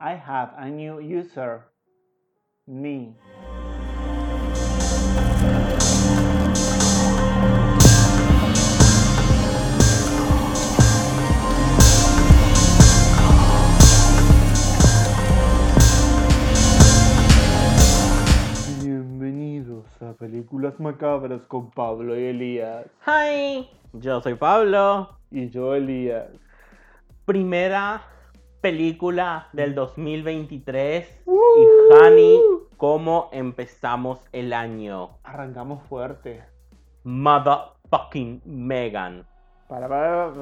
I have a new user. Me. Bienvenidos a Películas Macabras con Pablo y Elías. Hi, yo soy Pablo. Y yo, Elías. Primera película del 2023 ¡Woo! y Honey, cómo empezamos el año. Arrancamos fuerte. Motherfucking Megan. Para, para-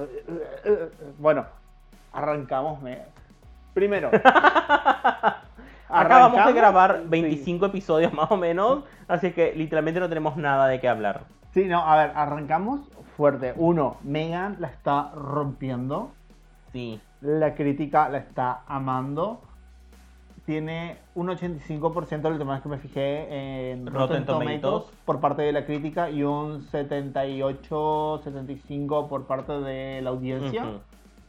bueno, arrancamos. me- Primero. Acabamos de arrancamos- grabar sí. 25 episodios más o menos, así que literalmente no tenemos nada de qué hablar. Sí, no, a ver, arrancamos fuerte. Uno, Megan la está rompiendo. Sí, La crítica la está amando. Tiene un 85% del tema que me fijé en Rotten, Rotten Tomatoes, Tomatoes. por parte de la crítica y un 78-75% por parte de la audiencia. Ujú.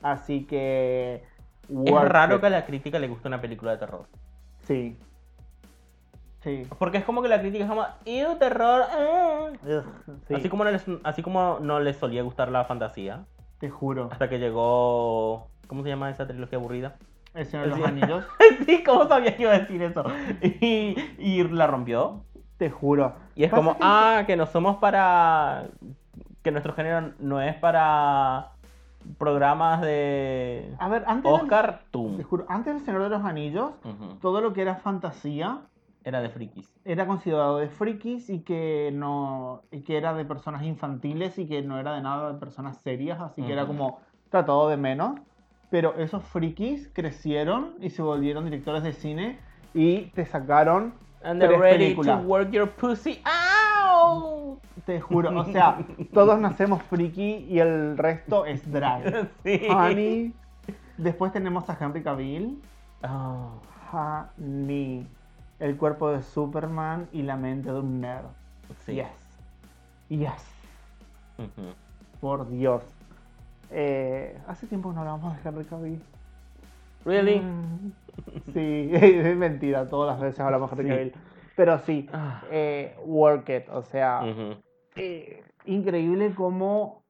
Así que. es worth raro it. que a la crítica le guste una película de terror. Sí. Sí. Porque es como que la crítica es como, ¡Ew, terror! ah". Sí, Así, como no les, así como no les solía gustar la fantasía. te juro. Hasta que llegó. ¿Cómo se llama esa trilogía aburrida? El Señor de los Sí. Anillos, sí, ¿cómo sabía que iba a decir eso? Y, y la rompió. te juro. Y es Pasa como, que- ah, que no somos para. que nuestro género no es para programas de. A ver, antes. del- ah, Oscar, tú. Te juro, antes del Señor de los Anillos, Ujú. todo lo que era fantasía Era de frikis. era considerado de frikis y que no. y que era de personas infantiles y que no era de nada de personas serias, así que era Ujú. como tratado de menos. Pero esos frikis crecieron y se volvieron directores de cine y te sacaron And Pero they're es ready película. to work your pussy out. Te juro, o sea, todos nacemos friki y el resto es drag. Sí. Honey. Después tenemos a Henry Cavill. Oh. Honey. El cuerpo de Superman y la mente de un nerd. Sí. Yes. Yes. Ujú. Por Dios. Eh, hace tiempo que no hablamos de Henry Cavill. Really? Mm, Sí, es mentira. Todas las veces hablamos de Henry Sí. Cavill. Pero sí. Ah. eh, work it. O sea. Ujú. eh, increíble cómo.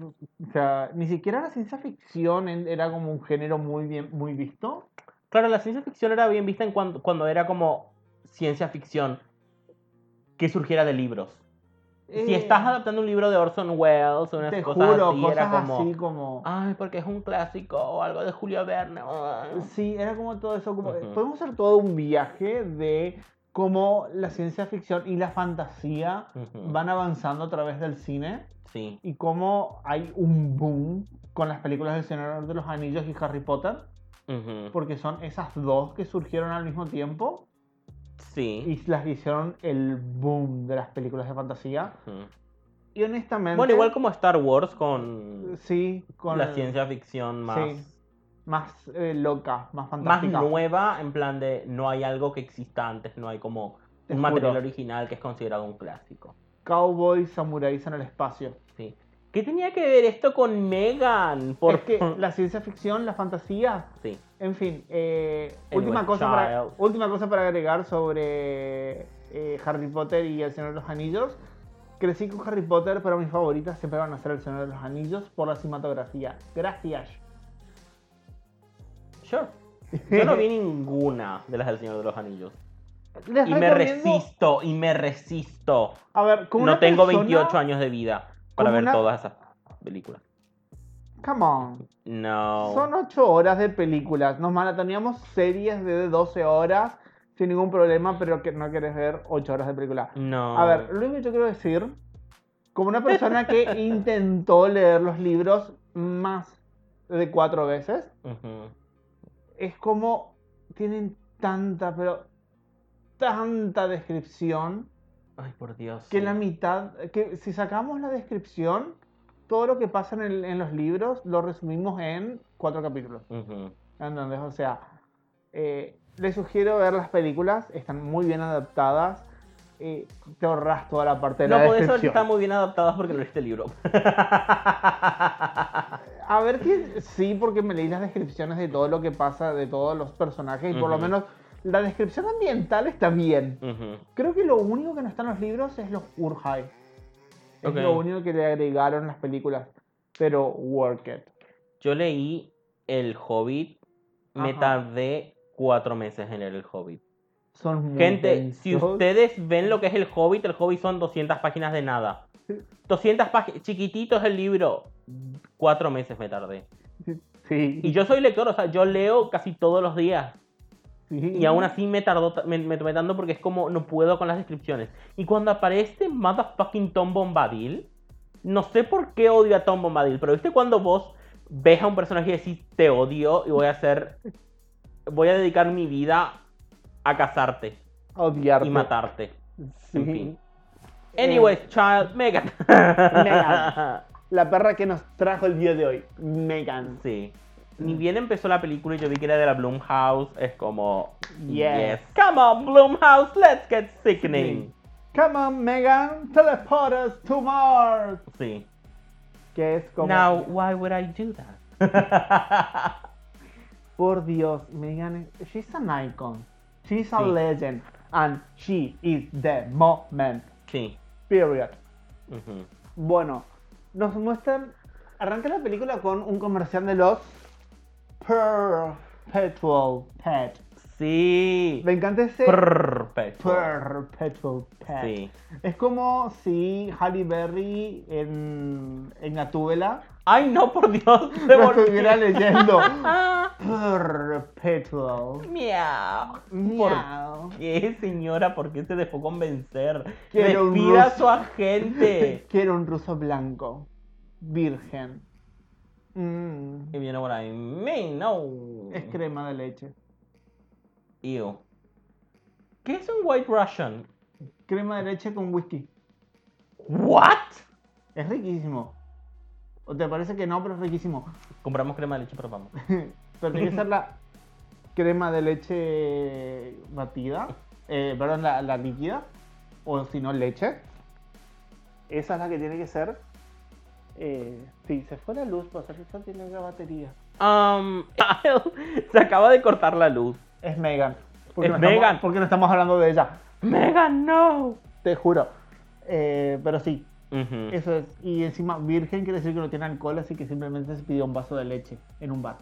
O sea, ni siquiera la ciencia ficción en- era como un género muy bien muy visto. Claro, la ciencia ficción era bien vista en cuando, cuando era como ciencia ficción que surgiera de libros. Si Eh, estás adaptando un libro de Orson Welles o unas te cosas juro, así, cosas era como. Ah. así como. Ay, porque es un clásico o algo de Julio Verne. ah". Sí, era como todo eso. Como, eh, Ujú. Podemos hacer todo un viaje de cómo la ciencia ficción y la fantasía Ujú. van avanzando a través del cine Sí. y cómo hay un boom con las películas del Señor de los Anillos y Harry Potter, Ujú. porque son esas dos que surgieron al mismo tiempo. Sí. y las que hicieron el boom de las películas de fantasía. Ujú. Y honestamente. Bueno, igual como Star Wars con, Sí, con. la ciencia ficción más, Más eh, loca, más más fantástica. nueva, en plan de no hay algo que exista antes, no hay como Te un juro. material original que es considerado un clásico. Cowboys, samuráis en el espacio. Sí. ¿Qué tenía que ver esto con Megan? Porque Porque la ciencia ficción, la fantasía. Sí. En fin, eh, Anyway, última, cosa para, child. última cosa para agregar sobre eh, Harry Potter y El Señor de los Anillos. Crecí con Harry Potter, pero mis favoritas siempre van a ser El Señor de los Anillos por la cinematografía. Gracias. Sure. Yo no vi ninguna de las del Señor de los Anillos. Les Y me recomiendo- resisto, y me resisto. A ver, como No una tengo persona- 28 años de vida como para ver una- todas esas películas. Come on. No. Son 8 horas de películas. Nos maratoneamos series de 12 horas sin ningún problema, pero que no querés ver 8 horas de película. No. A ver, lo único que yo quiero decir, como una persona que intentó leer los libros más de 4 veces, Ujú. es como tienen tanta, pero tanta descripción Ay, por Dios. que sí. la mitad, que si sacamos la descripción, todo lo que pasa en, el- en los libros lo resumimos en cuatro capítulos. Ujú. ¿Entendés? O sea, eh, les sugiero ver las películas, están muy bien adaptadas. eh, te ahorras toda la parte de No, la por eso decepción. están muy bien adaptadas porque no leíste el libro. A ver que sí, porque me leí las descripciones de todo lo que pasa, de todos los personajes, y por lo Ujú. menos la descripción ambiental está bien. Ujú. Creo que lo único que no está en los libros es los Urhai. Es Ok. lo único que le agregaron las películas. Pero work it. Yo leí El Hobbit, me Ajá. tardé cuatro meses en leer El Hobbit. Son muy Gente, si densos. ustedes ven lo que es El Hobbit, El Hobbit son 200 páginas de nada. 200 páginas, chiquitito es el libro. Cuatro meses me tardé. Sí. Y yo soy lector, o sea, yo leo casi todos los días. sí. Y aún así me tardó, ta- me, me tomé tanto porque es como no puedo con las descripciones. Y cuando aparece motherfucking Tom Bombadil, no sé por qué odio a Tom Bombadil, pero viste cuando vos ves a un personaje y decís te odio y voy a hacer, voy a dedicar mi vida a cazarte Odiarte. y matarte. Sí. Eh, en fin. Anyways, child, Megan. Megan. La perra que nos trajo el día de hoy, Megan. sí. Ni bien empezó la película y yo vi que era de la Blumhouse, es como, Yes. yes. Come on, Blumhouse, let's get sickening. Come on, Megan, teleport us to Mars. Sí. Que es como. Now, why would I do that? Por Dios, Megan, es- she's an icon. She's a Sí. legend. And she is the moment. sí. Period. Ujú. Bueno, nos muestran. Arranca la película con un comercial de los Perpetual Pet. Sí. Me encanta ese Perfecto. Perpetual Pet. Sí. Es como si Halle Berry en, en Gatúbela Ay, no, por Dios. se lo volvió. estuviera leyendo. Ah, Perpetual. Miau. Miau. ¿Por qué, señora? ¿Por qué se dejó convencer? Quiero un Despida a ruso. su agente. Quiero un ruso blanco. Virgen. Mm, Y viene por ahí. Me, no. es crema de leche. Ew. ¿Qué es un white Russian? Crema de leche con whisky. What? Es riquísimo. ¿O te parece que no, pero es riquísimo? Compramos crema de leche, pero vamos. pero tiene que ser la crema de leche batida, eh, perdón, la, la líquida, o si no, leche. Esa es la que tiene que ser. Eh, sí, se fue la luz, pues eso tiene la batería. Um, se acaba de cortar la luz. Es Megan. Es no estamos- Megan. Porque no estamos hablando de ella, Megan, no. te juro. Eh, pero sí, eso es. Y encima, virgen quiere decir que no tiene alcohol, así que simplemente se pidió un vaso de leche en un bar.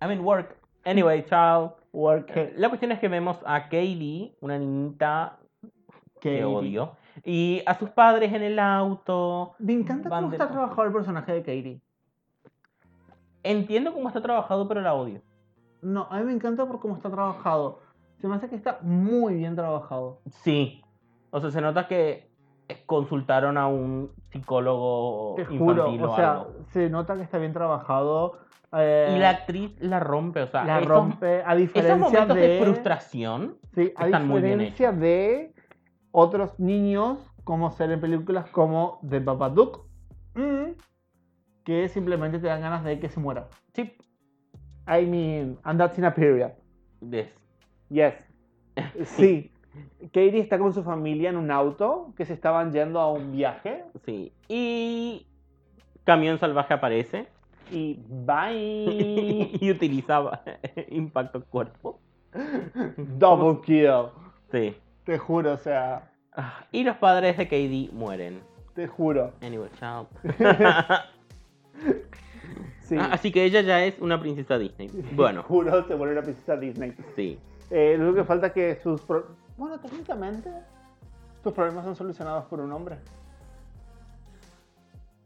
I'm in work. Anyway, chao. Work it, La cuestión es que vemos a Kaylee, una niñita que Katie. odio, y a sus padres en el auto. Me encanta Van cómo de- está trabajado el personaje de Katie. Entiendo cómo está trabajado, pero la odio. No, a mí me encanta por cómo está trabajado. Se me hace que está muy bien trabajado. Sí. O sea, se nota que consultaron a un psicólogo Te Oh, infantil juro. o O sea, algo. se nota que está bien trabajado. eh, Y la actriz la rompe, o sea, la esos, rompe. A diferencia esos momentos de, de... frustración. Sí, a están muy bien diferencia de otros niños, como ser en películas como The Babadook, mm, que simplemente te dan ganas de que se muera. Sí. I mean, and that's in a period. Yes. Yes. Sí. Katie está con su familia en un auto que se estaban yendo a un viaje Sí. Y Camión Salvaje aparece y bye. y utilizaba impacto cuerpo. Double kill. Sí. Te juro, o sea, Ah, Y los padres de KD mueren. te juro. Anyway, chao. Sí. Ah, Así que ella ya es una princesa Disney. Bueno, Te juro, se vuelve una princesa Disney. sí. Eh, lo único que falta es que sus pro- bueno, técnicamente sus problemas son solucionados por un hombre.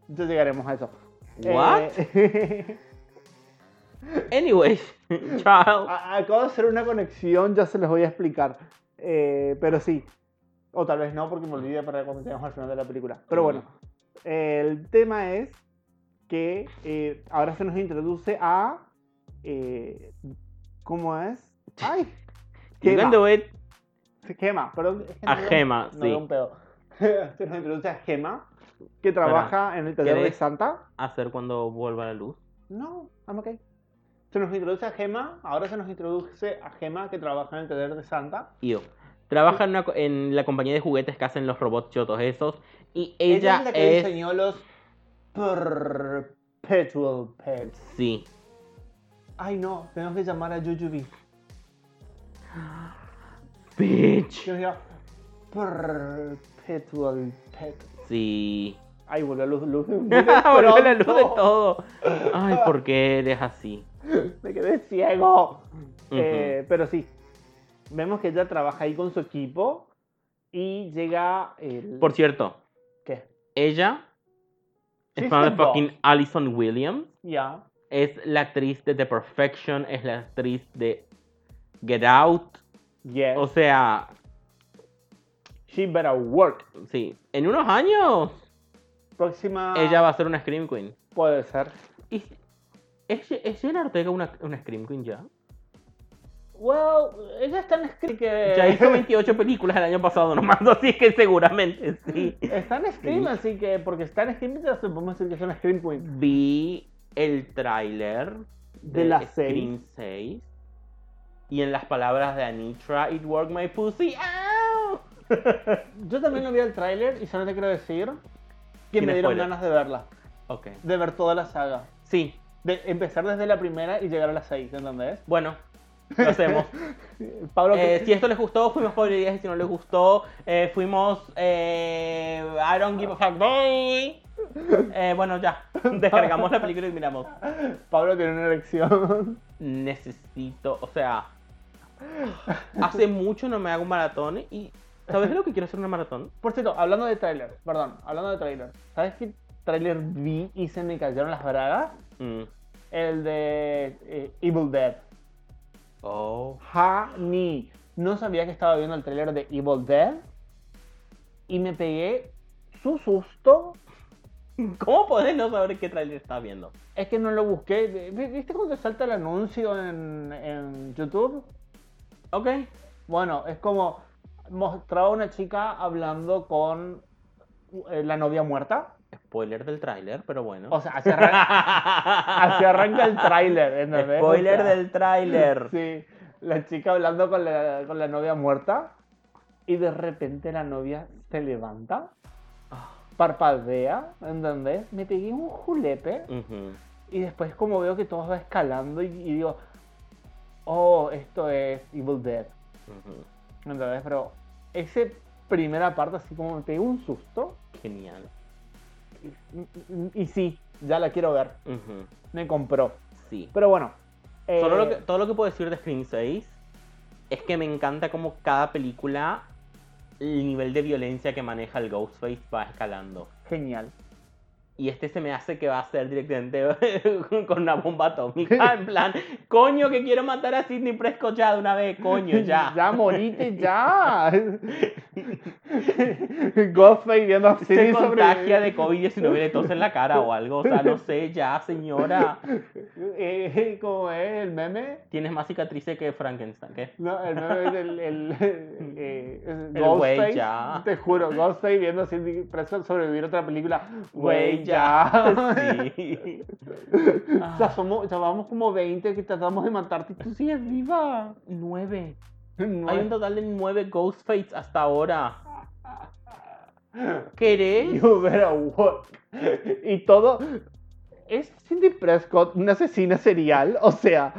Ya llegaremos a eso. What? Eh, Anyway, chao. A- Acabo de hacer una conexión, ya se les voy a explicar. Eh, pero sí. O tal vez no, porque me olvidé para cuando lleguemos al final de la película. Pero bueno, el tema es que eh, ahora se nos introduce a. eh, ¿Cómo es? ¡Ay! You Gema. can do it. Se Gema, perdón. es que A no veo- Gema, no sí. veo un pedo. se nos introduce a Gema, que trabaja en el taller de ¿querés? Santa. Hacer cuando vuelva la luz. No, I'm okay. Se nos introduce a Gema, ahora se nos introduce a Gema que trabaja en el taller de Santa. Yo. Trabaja en, una co- en la compañía de juguetes que hacen los robots chotos esos. Y ella, es la que es... diseñó los Perpetual Pets. Sí. Ay, no, tenemos que llamar a Jujubee. Bitch. Yo digo, Perpetual Pet. Sí. Ay, volvió la luz, luz de un Volvió la luz de pronto. todo. Ay, ¿por qué eres así? Me quedé ciego. Ujú. Eh, pero sí, vemos que ella trabaja ahí con su equipo y llega el... Por cierto, ¿Qué? ella Sí, es fan de siento. fucking Allison Williams. Ya. Es la actriz de The Perfection, es la actriz de Get Out. Yes. O sea, She better work. sí. En unos años Próxima... ella va a ser una Scream Queen. Puede ser. ¿Y ¿Es, es Jenna Ortega una, una Scream Queen ya? Well, ella está en Scream que... Ya hizo 28 películas el año pasado nomás, así que seguramente sí. Está en Scream, así que... Porque está en Scream, ya podemos decir que es una Scream Queen. Vi el tráiler De las Scream 6 y en las palabras de Anitra, It worked my pussy out. Yo también no vi el tráiler y solo te quiero decir que Tiene me dieron spoiler. ganas de verla. Ok. De ver toda la saga. Sí, De empezar desde la primera y llegar a las seis, ¿entendés? bueno, lo hacemos. Pablo, Eh, ¿qué- si esto les gustó, fuimos Pablo y si no les gustó, eh, fuimos eh, I don't give a fuck boy. Eh, bueno, ya, descargamos la película y miramos. Pablo tiene una erección. necesito, o sea, hace mucho no me hago un maratón y ¿sabes lo que quiero hacer una maratón? Por cierto, hablando de tráiler, perdón, hablando de tráiler. ¿Sabes qué tráiler vi y se me cayeron las bragas? Mm. El de eh, Evil Dead. Oh. Honey. No sabía que estaba viendo el tráiler de Evil Dead. Y me pegué su susto. ¿Cómo podés no saber qué trailer estás viendo? Es que no lo busqué. ¿Vi- ¿Viste cuando te salta el anuncio en, en YouTube? Ok. Bueno, es como mostraba una chica hablando con eh, la novia muerta. Spoiler del tráiler, pero bueno. O sea, así arran- así arranca, el tráiler, ¿entendés? Spoiler O sea, del tráiler. Sí, la chica hablando con la, con la novia muerta y de repente la novia se levanta, Ah. parpadea, ¿entendés? Me pegué un julepe Ujú. y después como veo que todo va escalando y, y digo, oh, esto es Evil Dead, Ujú. ¿entendés? Pero ese primera parte así como me pegué un susto mm, Genial. y, y sí, ya la quiero ver, Ujú. me compró. Sí. Pero bueno. eh, Solo lo que- todo lo que puedo decir de Scream 6 es que me encanta como cada película el nivel de violencia que maneja el Ghostface va escalando. Genial. Y este se me hace que va a ser directamente con una bomba atómica. En plan, coño, que quiero matar a Sidney Prescott ya de una vez, coño, ya. Ya morite, ya. Ghostface viendo a Se Sidney contagia sobrevivir. de COVID-19 y le tos en la cara o algo. O sea, no sé, ya, señora. Eh, ¿Cómo es el meme? Tienes más cicatrices que Frankenstein, ¿qué? No, el meme es el. el, eh, es El Ghostface. güey ya. Te juro, Ghostface viendo a Sidney Prescott sobrevivir a otra película. Güey, Güey, ya. Sí. Ah. O sea, somos, ya vamos como 20 que tratamos de matarte y tú sigues viva. Nueve. No Hay es- un total de nueve Ghostfates hasta ahora. ¿Querés? You better walk. Y todo. ¿Es Cindy Prescott una asesina serial? O sea,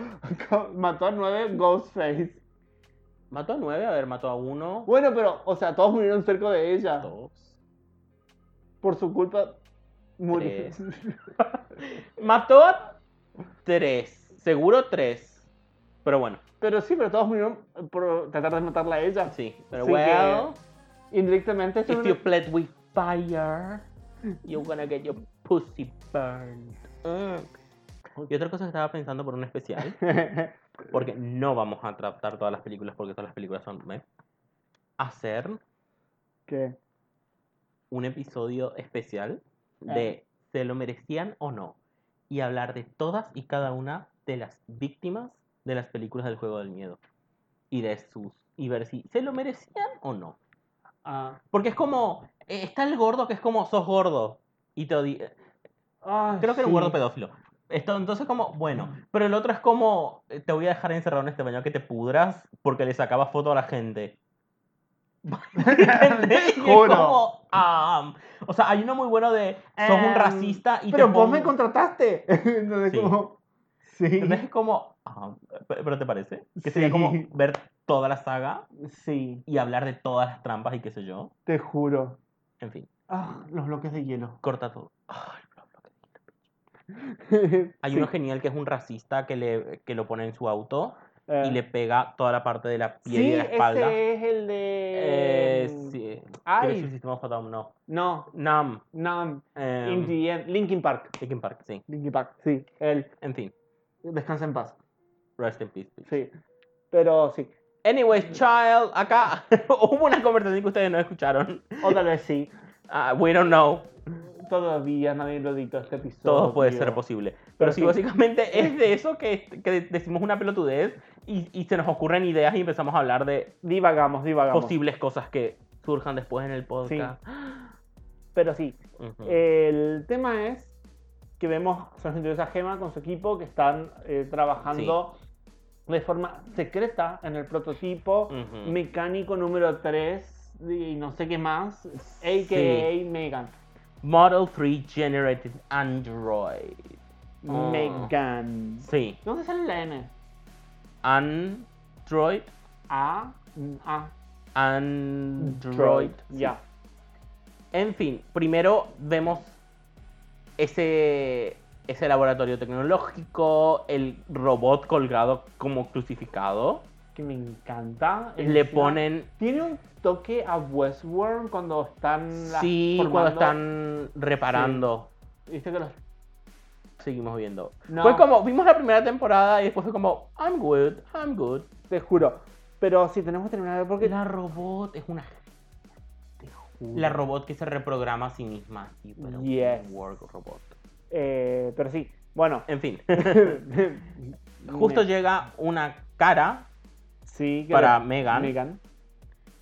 mató a nueve Ghostface. Mató a nueve, a ver, mató a uno, Bueno, pero, o sea, todos murieron cerca de ella. dos. Por su culpa, murieron. Mató a tres. Seguro tres. Pero bueno, Pero sí, pero todos murieron por tratar de matarla a ella. sí. Pero Así bueno. Indirectamente, esto If es you una- played with fire, you're gonna get your pussy burned. Mm. Y otra cosa que estaba pensando por un especial, porque no vamos a tratar todas las películas porque todas las películas son meh, hacer ¿Qué? un episodio especial de ¿Se lo merecían o no? Y hablar de todas y cada una de las víctimas de las películas del juego del miedo. Y de sus. Y ver si se lo merecían o no. Ah. Porque es como. eh, Está el gordo que es como sos gordo. Y te odia. Ah, Creo que era un sí. gordo pedófilo. Esto, entonces, como, bueno. Pero el otro es como. eh, Te voy a dejar encerrado en este baño que te pudras porque le sacabas foto a la gente. ¿Entendés? Y es Juro. como, ah, o sea, hay uno muy bueno de sos un Em, racista y Pero te vos pongo- me contrataste. Entonces, Sí. como. Sí. ¿Entendés? Es como, ah, pero pero te parece que Sí. sería como ver toda la saga Sí, y hablar de todas las trampas y qué sé yo. te juro. En fin, Ah, los bloques de hielo. corta todo. Ay, bla, bla, bla. Hay Sí. uno genial que es un racista que le que lo pone en su auto Eh, y le pega toda la parte de la piel y Sí, de la espalda. ese es el de. Eh, sí. Quiero decir Ay, sistema fatal, no. no, Nam. no. em, In the end, Linkin Park. Linkin Park, sí. Linkin Park, sí. El En fin. Descansa en paz. Rest in peace, please. Sí. Pero sí. Anyways, child, acá hubo una conversación que ustedes no escucharon. O tal vez sí. Ah, we don't know. Todavía nadie lo editó este episodio. Todo puede tío. ser posible. Pero, Pero sí, sí. básicamente es de eso que, que decimos una pelotudez y, y se nos ocurren ideas y empezamos a hablar de Divagamos, divagamos. posibles cosas que surjan después en el podcast. Pero sí. Ujú. Eh. El tema es que vemos a San Antonio Gema con su equipo que están eh, trabajando de forma secreta en el prototipo Ujú. mecánico número 3 y no sé qué más, a.k.a. Megan. Model 3 Generated Android. Ah. Megan. Sí. ¿Dónde sale la M? Android. A. A. Android. Ya. En fin, primero vemos ese, ese laboratorio tecnológico, el robot colgado como crucificado. Que me encanta. Le Encima, ponen... Tiene un toque a Westworld cuando están. las Sí, cuando formando. están reparando. Viste que los. Seguimos viendo. No. Fue como, vimos la primera temporada y después fue como, I'm good, I'm good. Te juro. Pero si tenemos que terminar porque. La robot es una La robot que se reprograma a sí misma. Sí, pero un Yes. work robot. Eh, pero sí, bueno. En fin. Justo Justo llega una cara sí, que para le- Megan. Megan.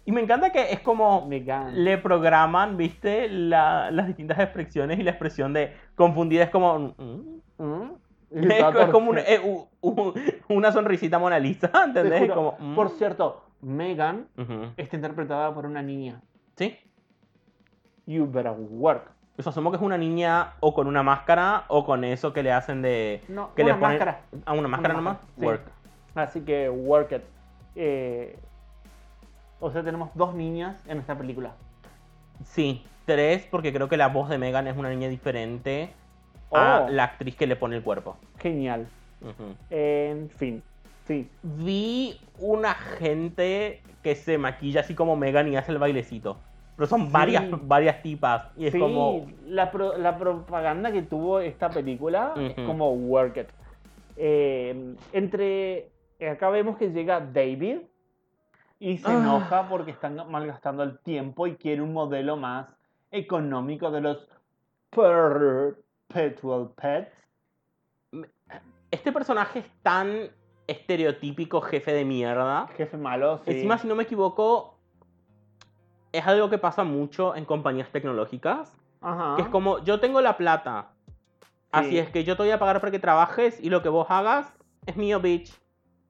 Y me encanta que es como Megan. le programan, viste, La- las distintas expresiones y la expresión de confundida es como... mm, ¿Mm? Y Es, toda es como un- torcida. eh, u- u- una sonrisita Mona Lisa, Te ¿entendés? Es juro. como... mm, Por cierto, Megan ujú. está interpretada por una niña. Sí. You better work. Pues asumo que es una niña o con una máscara o con eso que le hacen de... No, que una le ponen- máscara. Ah, una máscara nomás. máscara, sí. Work. Así que work it. Eh, o sea, tenemos dos niñas en esta película. Sí, tres, porque creo que la voz de Megan es una niña diferente Oh. a Ah, la actriz que le pone el cuerpo. Genial. Ujú. En fin. Sí. Vi una gente que se maquilla así como Megan y hace el bailecito. Pero son Sí. varias, varias tipas. Y es sí, como. la, pro- la propaganda que tuvo esta película Ujú. es como work it. Eh, entre. Acá vemos que llega David y se Ah. enoja porque están malgastando el tiempo y quiere un modelo más económico de los perpetual pets. Este personaje es tan estereotípico jefe de mierda. Jefe malo, sí. Encima, si no me equivoco, es algo que pasa mucho en compañías tecnológicas. Ajá. Que es como, yo tengo la plata. Así Sí. es que yo te voy a pagar para que trabajes y lo que vos hagas es mío, bitch.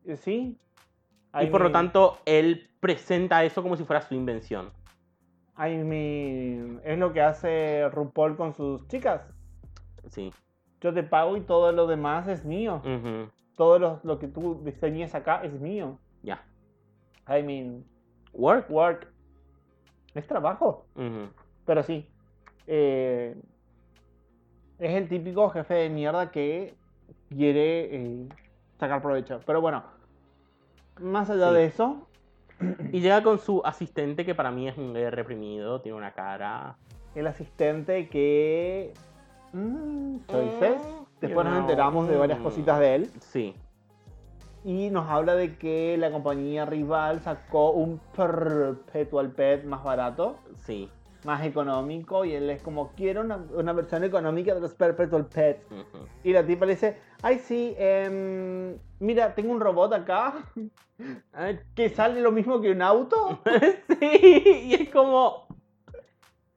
Eh, Sí. y por lo tanto, él presenta eso como si fuera su invención. I mean, es lo que hace RuPaul con sus chicas. Sí. Yo te pago y todo lo demás es mío. Ujú. Todo lo, lo que tú diseñes acá es mío. Ya. I mean, Work. work. Es trabajo. Ujú. Pero sí. eh, es el típico jefe de mierda que quiere eh, sacar provecho. Pero bueno, más allá Sí. de eso, Y llega con su asistente, que para mí es un gay reprimido, tiene una cara. el asistente que. mm, choices. Mm, you Después nos know. enteramos de varias Mm. cositas de él. Sí. y nos habla de que la compañía rival sacó un perpetual pet más barato, Sí. más económico, y él es como, quiero una, una versión económica de los perpetual pets. Ujú. Y la tipa le dice, ay sí, em, mira, tengo un robot acá Ay, que sale lo mismo que un auto. sí. Y es como.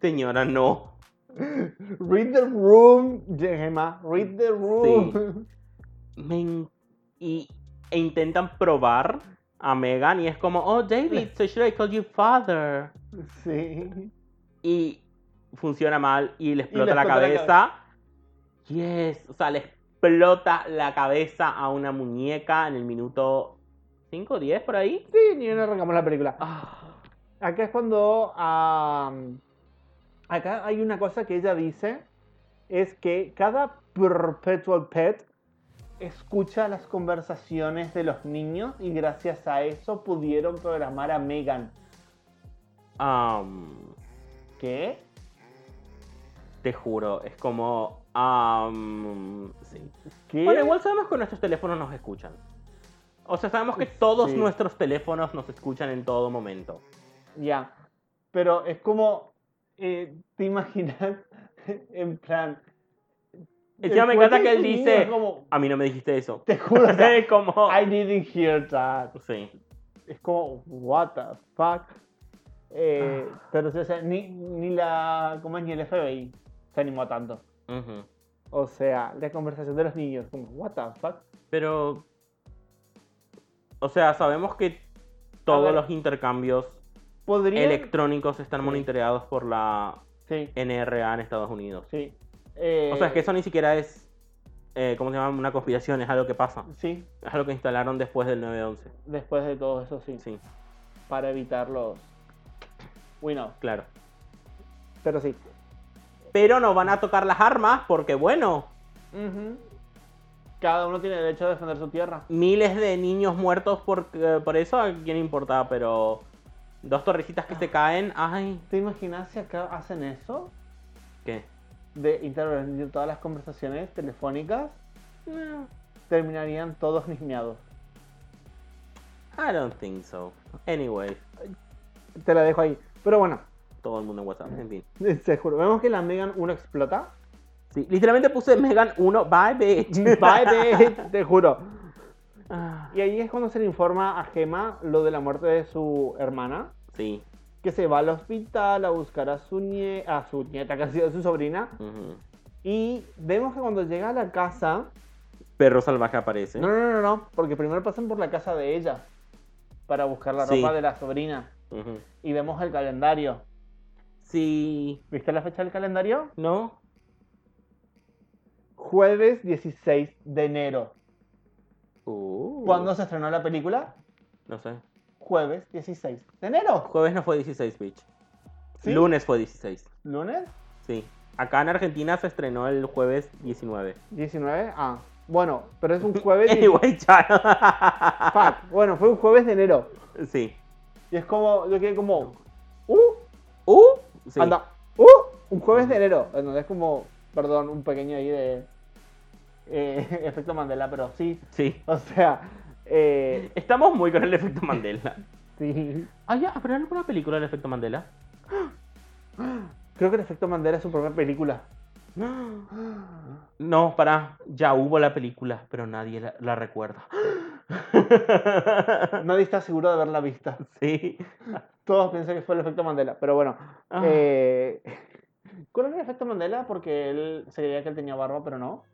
Señora, no. Read the room, Gemma, read the room. Me en- y, e intentan probar a Megan y es como, oh David, so should I call you father? Sí. Y funciona mal y le explota, le la, explota la cabeza. Yes, o sea, le explota la cabeza a una muñeca en el minuto 5 o 10 por ahí. Sí, ni no arrancamos la película. Ah, Acá es cuando. am, acá hay una cosa que ella dice: es que cada Perpetual Pet escucha las conversaciones de los niños y gracias a eso pudieron programar a Megan. um, ¿Qué? te juro, es como... um, sí. ¿Qué? Bueno, igual sabemos que nuestros teléfonos nos escuchan. O sea, sabemos que todos Sí. nuestros teléfonos nos escuchan en todo momento. Ya. Pero es como. eh, ¿Te imaginas? en plan. Encima me encanta que él niño dice- es como, A mí no me dijiste eso. te juro, o sea, como... I didn't hear that. Sí. es como, what the fuck. Eh, Ah. pero, o sea, ni, ni la. ¿Cómo es? Ni el FBI se animó a tanto. Ujú. O sea, la conversación de los niños, como, what the fuck. Pero... O sea, sabemos que todos ver. los intercambios Podría. electrónicos están Sí. monitoreados por la sí, NRA en Estados Unidos. sí. Eh, O sea, es que eso ni siquiera es... eh, ¿Cómo se llama? Una conspiración, es algo que pasa. Sí, Es algo que instalaron después del 9-11. después de todo eso, sí. Sí, Para evitar los. We know. claro. Pero sí. Pero no van a tocar las armas porque, bueno, Ujú. Cada uno tiene derecho a defender su tierra. miles de niños muertos por, eh, por eso, a quién importa, pero dos torrecitas que se caen, ay, ¿Te imaginas si acá hacen eso? ¿qué? De intervenir todas las conversaciones telefónicas. No, Terminarían todos nismeados. I don't think so. Anyway, Te la dejo ahí. Pero bueno, todo el mundo en WhatsApp, en fin. se juro. Vemos que la Megan 1 explota. Sí, literalmente puse Megan 1, bye bitch. Bye, bitch, te juro. Ah, Y ahí es cuando se le informa a Gemma lo de la muerte de su hermana. sí. Que se va al hospital a buscar a su, nie- a su nieta, casi a su sobrina. ujú. Y vemos que cuando llega a la casa. Perro salvaje aparece. No, no, no, no. Porque primero pasan por la casa de ella. Para buscar la Sí. ropa de la sobrina. Ujú. Y vemos el calendario. Sí. ¿Viste la fecha del calendario? ¿No? Jueves 16 de enero. Uh, ¿Cuándo se estrenó la película? No sé. jueves 16 de enero. Jueves no fue 16, bitch. ¿Sí? Lunes fue 16. ¿Lunes? Sí. Acá en Argentina se estrenó el jueves 19. 19. Ah, bueno, pero es un jueves. Anyway, de- child. Fuck. Bueno, fue un jueves de enero. sí. Y es como, yo quedé como, uh, Uh, sí. anda, uh, un jueves de enero. Bueno, es como, perdón, un pequeño ahí de eh, efecto Mandela, pero sí. Sí. O sea, eh, Estamos muy con el efecto Mandela. sí. Ah, ya, ¿habrá alguna película del efecto Mandela? Creo que el efecto Mandela es su propia película. No, para. Ya hubo la película, pero nadie la, la recuerda. Nadie está seguro de haberla vista. Sí. Todos piensan que fue el efecto Mandela, pero bueno. Ah. Eh, ¿Cuál era el efecto Mandela? Porque él se creía que él tenía barba, pero no.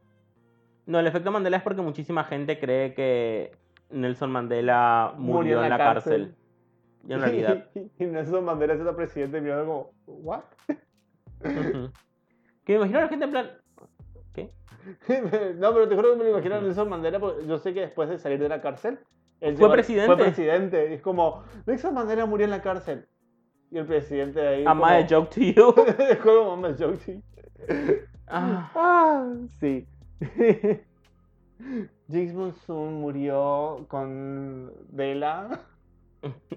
No, el efecto Mandela es porque muchísima gente cree que Nelson Mandela murió, en la cárcel. Y en realidad. y Nelson Mandela es el presidente mirando como, ¿what? Ujú. que me imagino a la gente en plan. ¿Qué? no, pero te juro que me lo imagino a Nelson Mandela porque yo sé que después de salir de la cárcel. él Fue llegó- presidente. Fue presidente. Y es como, Nelson Mandela murió en la cárcel. Y el presidente de ahí. Am I a como- joke to you? Es como, "I'm a joke, sí". Ah, Ah, sí. James Monsoon murió con Dela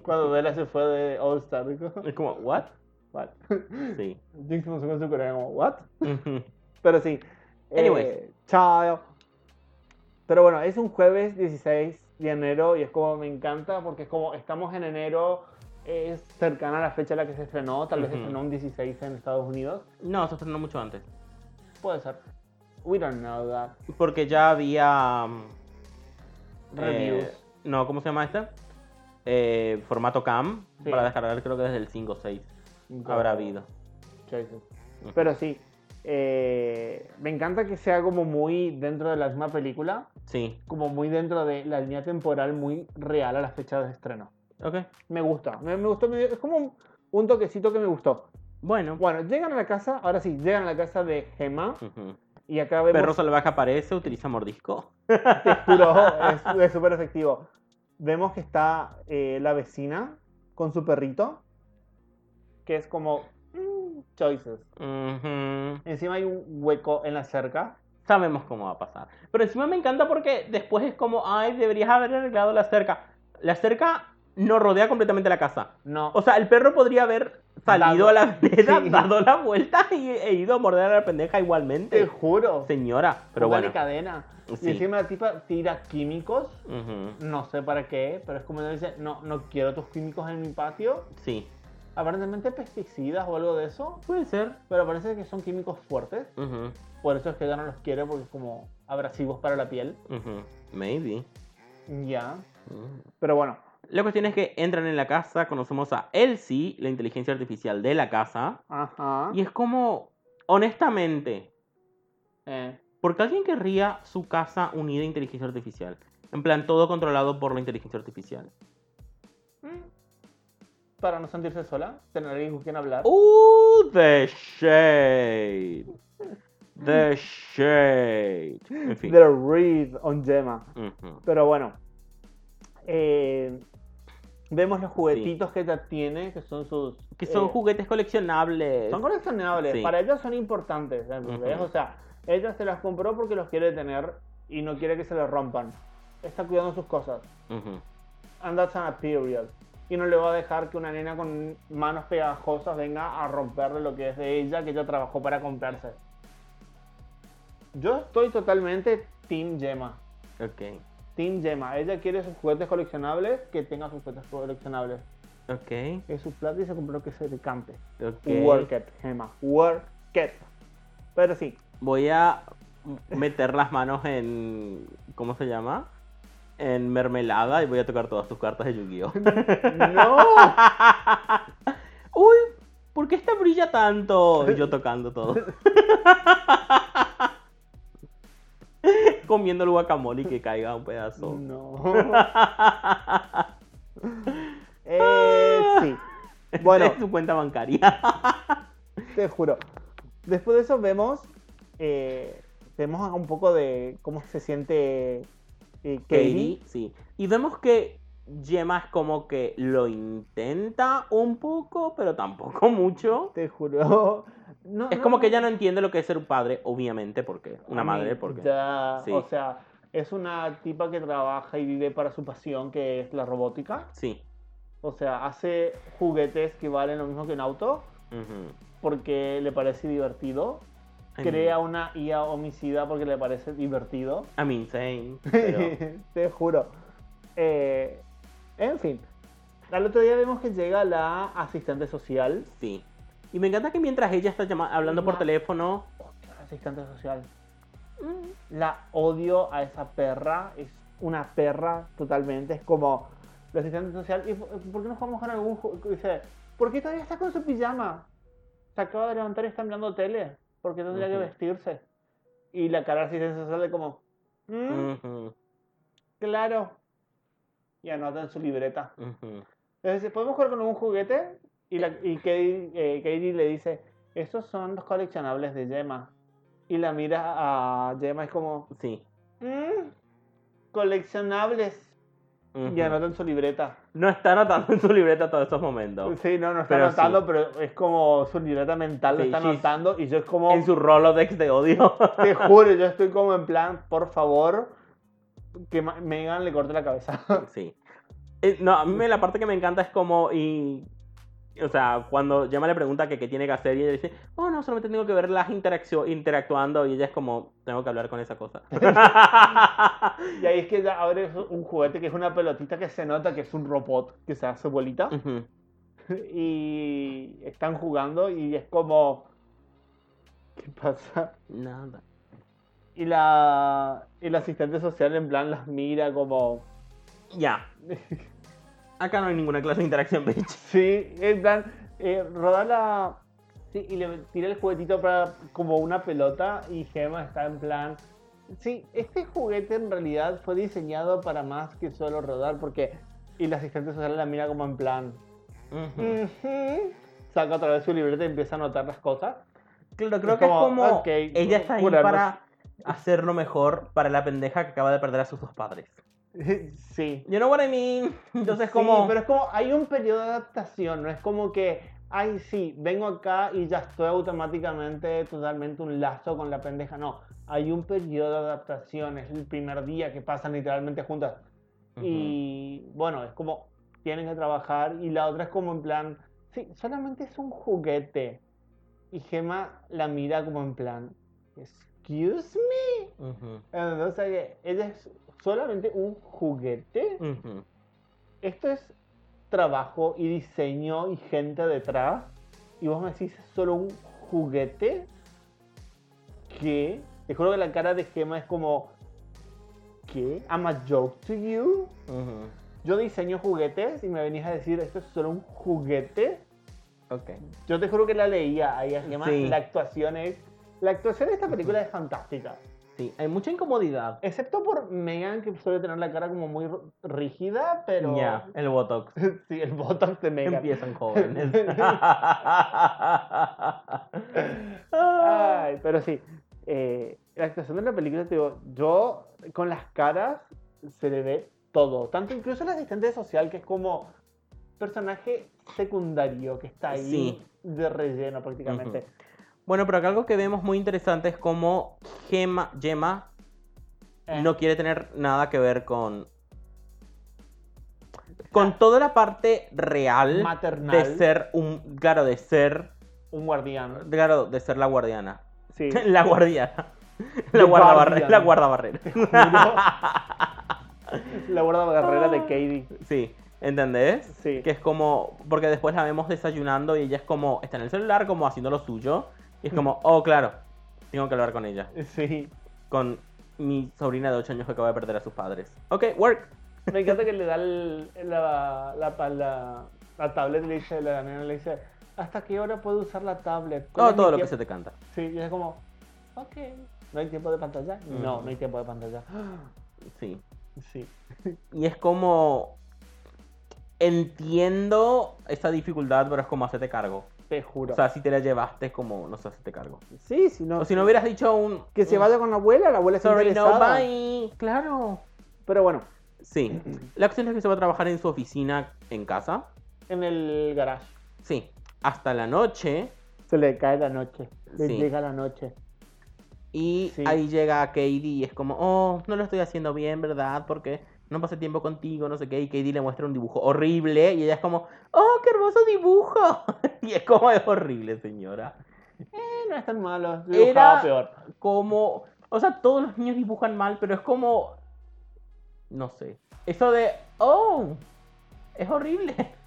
cuando Dela se fue de All Star. dijo, es como, ¿what? What? Sí. James Monsoon con su coreano, como, ¿what? Ujú. Pero sí. eh, Anyways. chao. Pero bueno, es un jueves 16 de enero y es como me encanta porque es como estamos en enero, es cercana a la fecha en la que se estrenó, tal vez se Ujú. estrenó un 16 en Estados Unidos. No, se estrenó mucho antes. Puede ser. We don't know that. Porque ya había. mm, Reviews. eh, no, ¿cómo se llama este? Eh, formato CAM Sí. para descargar, creo que desde el 5 o 6 habrá habido. Choices. Ujú. Pero sí, eh, me encanta que sea como muy dentro de la misma película, Sí, como muy dentro de la línea temporal muy real a la fecha de estreno. ok. Me gusta, me, me gustó, me- es como un, un toquecito que me gustó. Bueno. Bueno, llegan a la casa, ahora sí, llegan a la casa de Gemma Ujú. y acá vemos... Perro salvaje aparece, utiliza mordisco. Te juro, es- es súper efectivo. Vemos que está eh, la vecina con su perrito, que es como mm, choices. Ujú. Encima hay un hueco en la cerca. Sabemos cómo va a pasar. Pero encima me encanta porque después es como, ay, deberías haber arreglado la cerca. La cerca no rodea completamente la casa. No, O sea, el perro podría haber salido Dado. a la vereda, Sí. dado la vuelta y, e ido a morder a la pendeja igualmente. te juro. Señora, eh, pero Póngale bueno. cadena. Sí. Y encima la tipa tira químicos. Ujú. No sé para qué, pero es como ella dice, no, no quiero tus químicos en mi patio. Sí, Aparentemente pesticidas o algo de eso. puede ser. Pero parece que son químicos fuertes. Ujú, Por eso es que ella no los quiere porque es como abrasivos para la piel. ujú. Maybe. Ya. Mm. Pero bueno, La cuestión es que entran en la casa, conocemos a Elsie, la inteligencia artificial de la casa, Ajá. y es como, honestamente, Eh, ¿por qué alguien querría su casa unida a inteligencia artificial? En plan, todo controlado por la inteligencia artificial. mm. Para no sentirse sola, tener alguien con quien hablar. ¡Uh! The Shade. The Shade. En fin. The Read on Gemma. Ujú. Pero bueno. eh, vemos los juguetitos que ella tiene, que son sus. Que son eh, juguetes coleccionables. Son coleccionables. Sí. Para ellas son importantes. ¿entendés? Ujú. O sea, ella se las compró porque los quiere tener y no quiere que se las rompan. Está cuidando sus cosas. Ujú. And that's a period. Y no le va a dejar que una nena con manos pegajosas venga a romperle lo que es de ella, que ella trabajó para comprarse. Yo estoy totalmente Team Gemma. Ok. Team Gemma. Ella quiere sus juguetes coleccionables, que tenga sus juguetes coleccionables. Ok. Es su plata y se compró que se decampe. Ok. Work it, Gemma. Work it. Pero sí, Voy a meter las manos en. ¿Cómo se llama? En mermelada y voy a tocar todas tus cartas de Yu-Gi-Oh! ¡No! ¡Uy! ¿Por qué esta brilla tanto? Y yo tocando todo. Comiendo el guacamole y que caiga un pedazo. No. eh, sí. Bueno. Es tu cuenta bancaria. Te juro. Después de eso vemos. eh, vemos un poco de cómo se siente eh, Katie. Katie, sí. Y vemos que Gemma es como que lo intenta un poco, pero tampoco mucho. Te juro. No, Es no, como que no. ella no entiende lo que es ser un padre, obviamente, porque una Ni- madre, porque ya, Sí. O sea, es una tipa que trabaja y vive para su pasión, que es la robótica. sí. O sea, hace juguetes que valen lo mismo que un auto Ujú. porque le parece divertido. I Crea una IA homicida porque le parece divertido. mean- I mean, same, pero- Te juro. Eh, en fin. Al otro día vemos que llega la asistente social. sí. Y me encanta que mientras ella está llama- hablando por Ma- teléfono, La asistente social. La odio a esa perra. Es una perra totalmente. Es como la asistente social. ¿Y por por qué no jugamos con algún juego? Dice, ¿por qué todavía está con su pijama? Se acaba de levantar y está mirando tele. ¿Por qué tendría que Ujú. vestirse? Y la cara de asistente social de como, "Mm, ujú, claro. Y anota en su libreta. ujú. Entonces, ¿podemos jugar con un juguete? Y, la, y Katie, eh, Katie le dice, estos son los coleccionables de Gemma. Y la mira a Gemma y es como, sí. "Mm, coleccionables. ujú. Y anota en su libreta. No está anotando en su libreta todos esos momentos. Sí, no, no está Pero anotando, sí. pero es como su libreta mental lo Sí, está she's- anotando. Y yo es como, En su Rolodex de odio. te juro, yo estoy como en plan, por favor, que Ma- Megan le corte la cabeza. Sí. Eh, No, a mí me- la parte que me encanta es como. Y, o sea, cuando Gemma le pregunta que qué tiene que hacer y ella dice, oh no, solamente tengo que verlas interaccio- interactuando y ella es como, tengo que hablar con esa cosa. y ahí es que ya abre un juguete que es una pelotita que se nota que es un robot que se hace bolita. Ujú. y están jugando y es como ¿qué pasa? Nada. Y la y la asistente social en plan las mira como Ya. Acá no hay ninguna clase de interacción, bitch. sí, en plan eh, roda la Sí, y le tira el juguetito para, como una pelota y Gemma está en plan... Sí, este juguete en realidad fue diseñado para más que solo rodar porque... Y la asistente social la mira como en plan... Mm, Ujú. "Ujú". Saca otra vez su libreta y empieza a anotar las cosas. Claro, creo Es que como, es como. ok, ella está ahí curemos. para hacerlo mejor para la pendeja que acaba de perder a sus dos padres. Sí. You know what I mean? Entonces, Sí, como. pero es como, hay un periodo de adaptación, no es como que, ay, sí, vengo acá y ya estoy automáticamente totalmente un lazo con la pendeja. No, hay un periodo de adaptación, es el primer día que pasan literalmente juntas. Ujú. Y bueno, es como, tienen que trabajar y la otra es como en plan, sí, solamente es un juguete. Y Gemma la mira como en plan, excuse me. Ujú. Entonces, ella es solamente un juguete. Ujú. esto es trabajo y diseño y gente detrás. Y vos me decís, ¿es solo un juguete. ¿Qué? Te juro que la cara de Gemma es como. ¿Qué? I'm a joke to you. Ujú. Yo diseño juguetes y me venís a decir, ¿esto es solo un juguete? Ok. Yo te juro que la leía ahí a Gemma. Sí. La actuación es. La actuación de esta película es fantástica. Sí, hay mucha incomodidad. Excepto por Megan, que suele tener la cara como muy r- rígida, pero. Ya, el botox. sí, el botox de Megan. Empiezan jóvenes. Ay, pero sí. eh, la actuación de la película, te digo, yo con las caras se le ve todo. Tanto incluso el asistente social, que es como personaje secundario que está ahí Sí. de relleno prácticamente. Ujú. bueno, pero acá algo que vemos muy interesante es cómo Gemma, Gemma Eh, no quiere tener nada que ver con. Con toda la parte real Maternal. de ser un. Claro, de ser. Un guardián. Claro, de ser la guardiana. Sí. La guardiana. The La guardabarrera. Guardian. La guardabarrera. la guardabarrera de Katie. Sí, ¿entendés? Sí. Que es como, porque después la vemos desayunando y ella es como, está en el celular como haciendo lo suyo. Y es como, oh, claro, tengo que hablar con ella. Sí. Con mi sobrina de 8 años que acaba de perder a sus padres. Ok, work. Me encanta que le da el- la, la, pa- la, la tablet y le dice, la nena le dice, ¿hasta qué hora puedo usar la tablet? ¿Cuál Oh, es mi todo lo que tiempo?" se te canta. Sí, y es como, ok, ¿no hay tiempo de pantalla? No, Ujú. no hay tiempo de pantalla. Sí. Sí, Y es como, entiendo esa dificultad, pero es como hacerte cargo. te juro. O sea, si te la llevaste, es como, no sé, hacerte cargo. Sí, si no. O si no hubieras dicho un... Que se un, vaya con la abuela, la abuela está Sorry, no, interesada. bye. Claro. Pero bueno, Sí. La opción es que se va a trabajar en su oficina en casa. en el garage. Sí. Hasta la noche. Se le cae la noche, le Sí. llega la noche. Y Sí. ahí llega Katie y es como, oh, no lo estoy haciendo bien, ¿verdad? Porque no pasé tiempo contigo, no sé qué. Y Katie le muestra un dibujo horrible. Y ella es como, oh, qué hermoso dibujo. y es como, es horrible, señora. Eh, no es tan malo, yo Era- dibujaba peor. Como, o sea, todos los niños dibujan mal, pero es como, no sé. Eso de, oh, es horrible.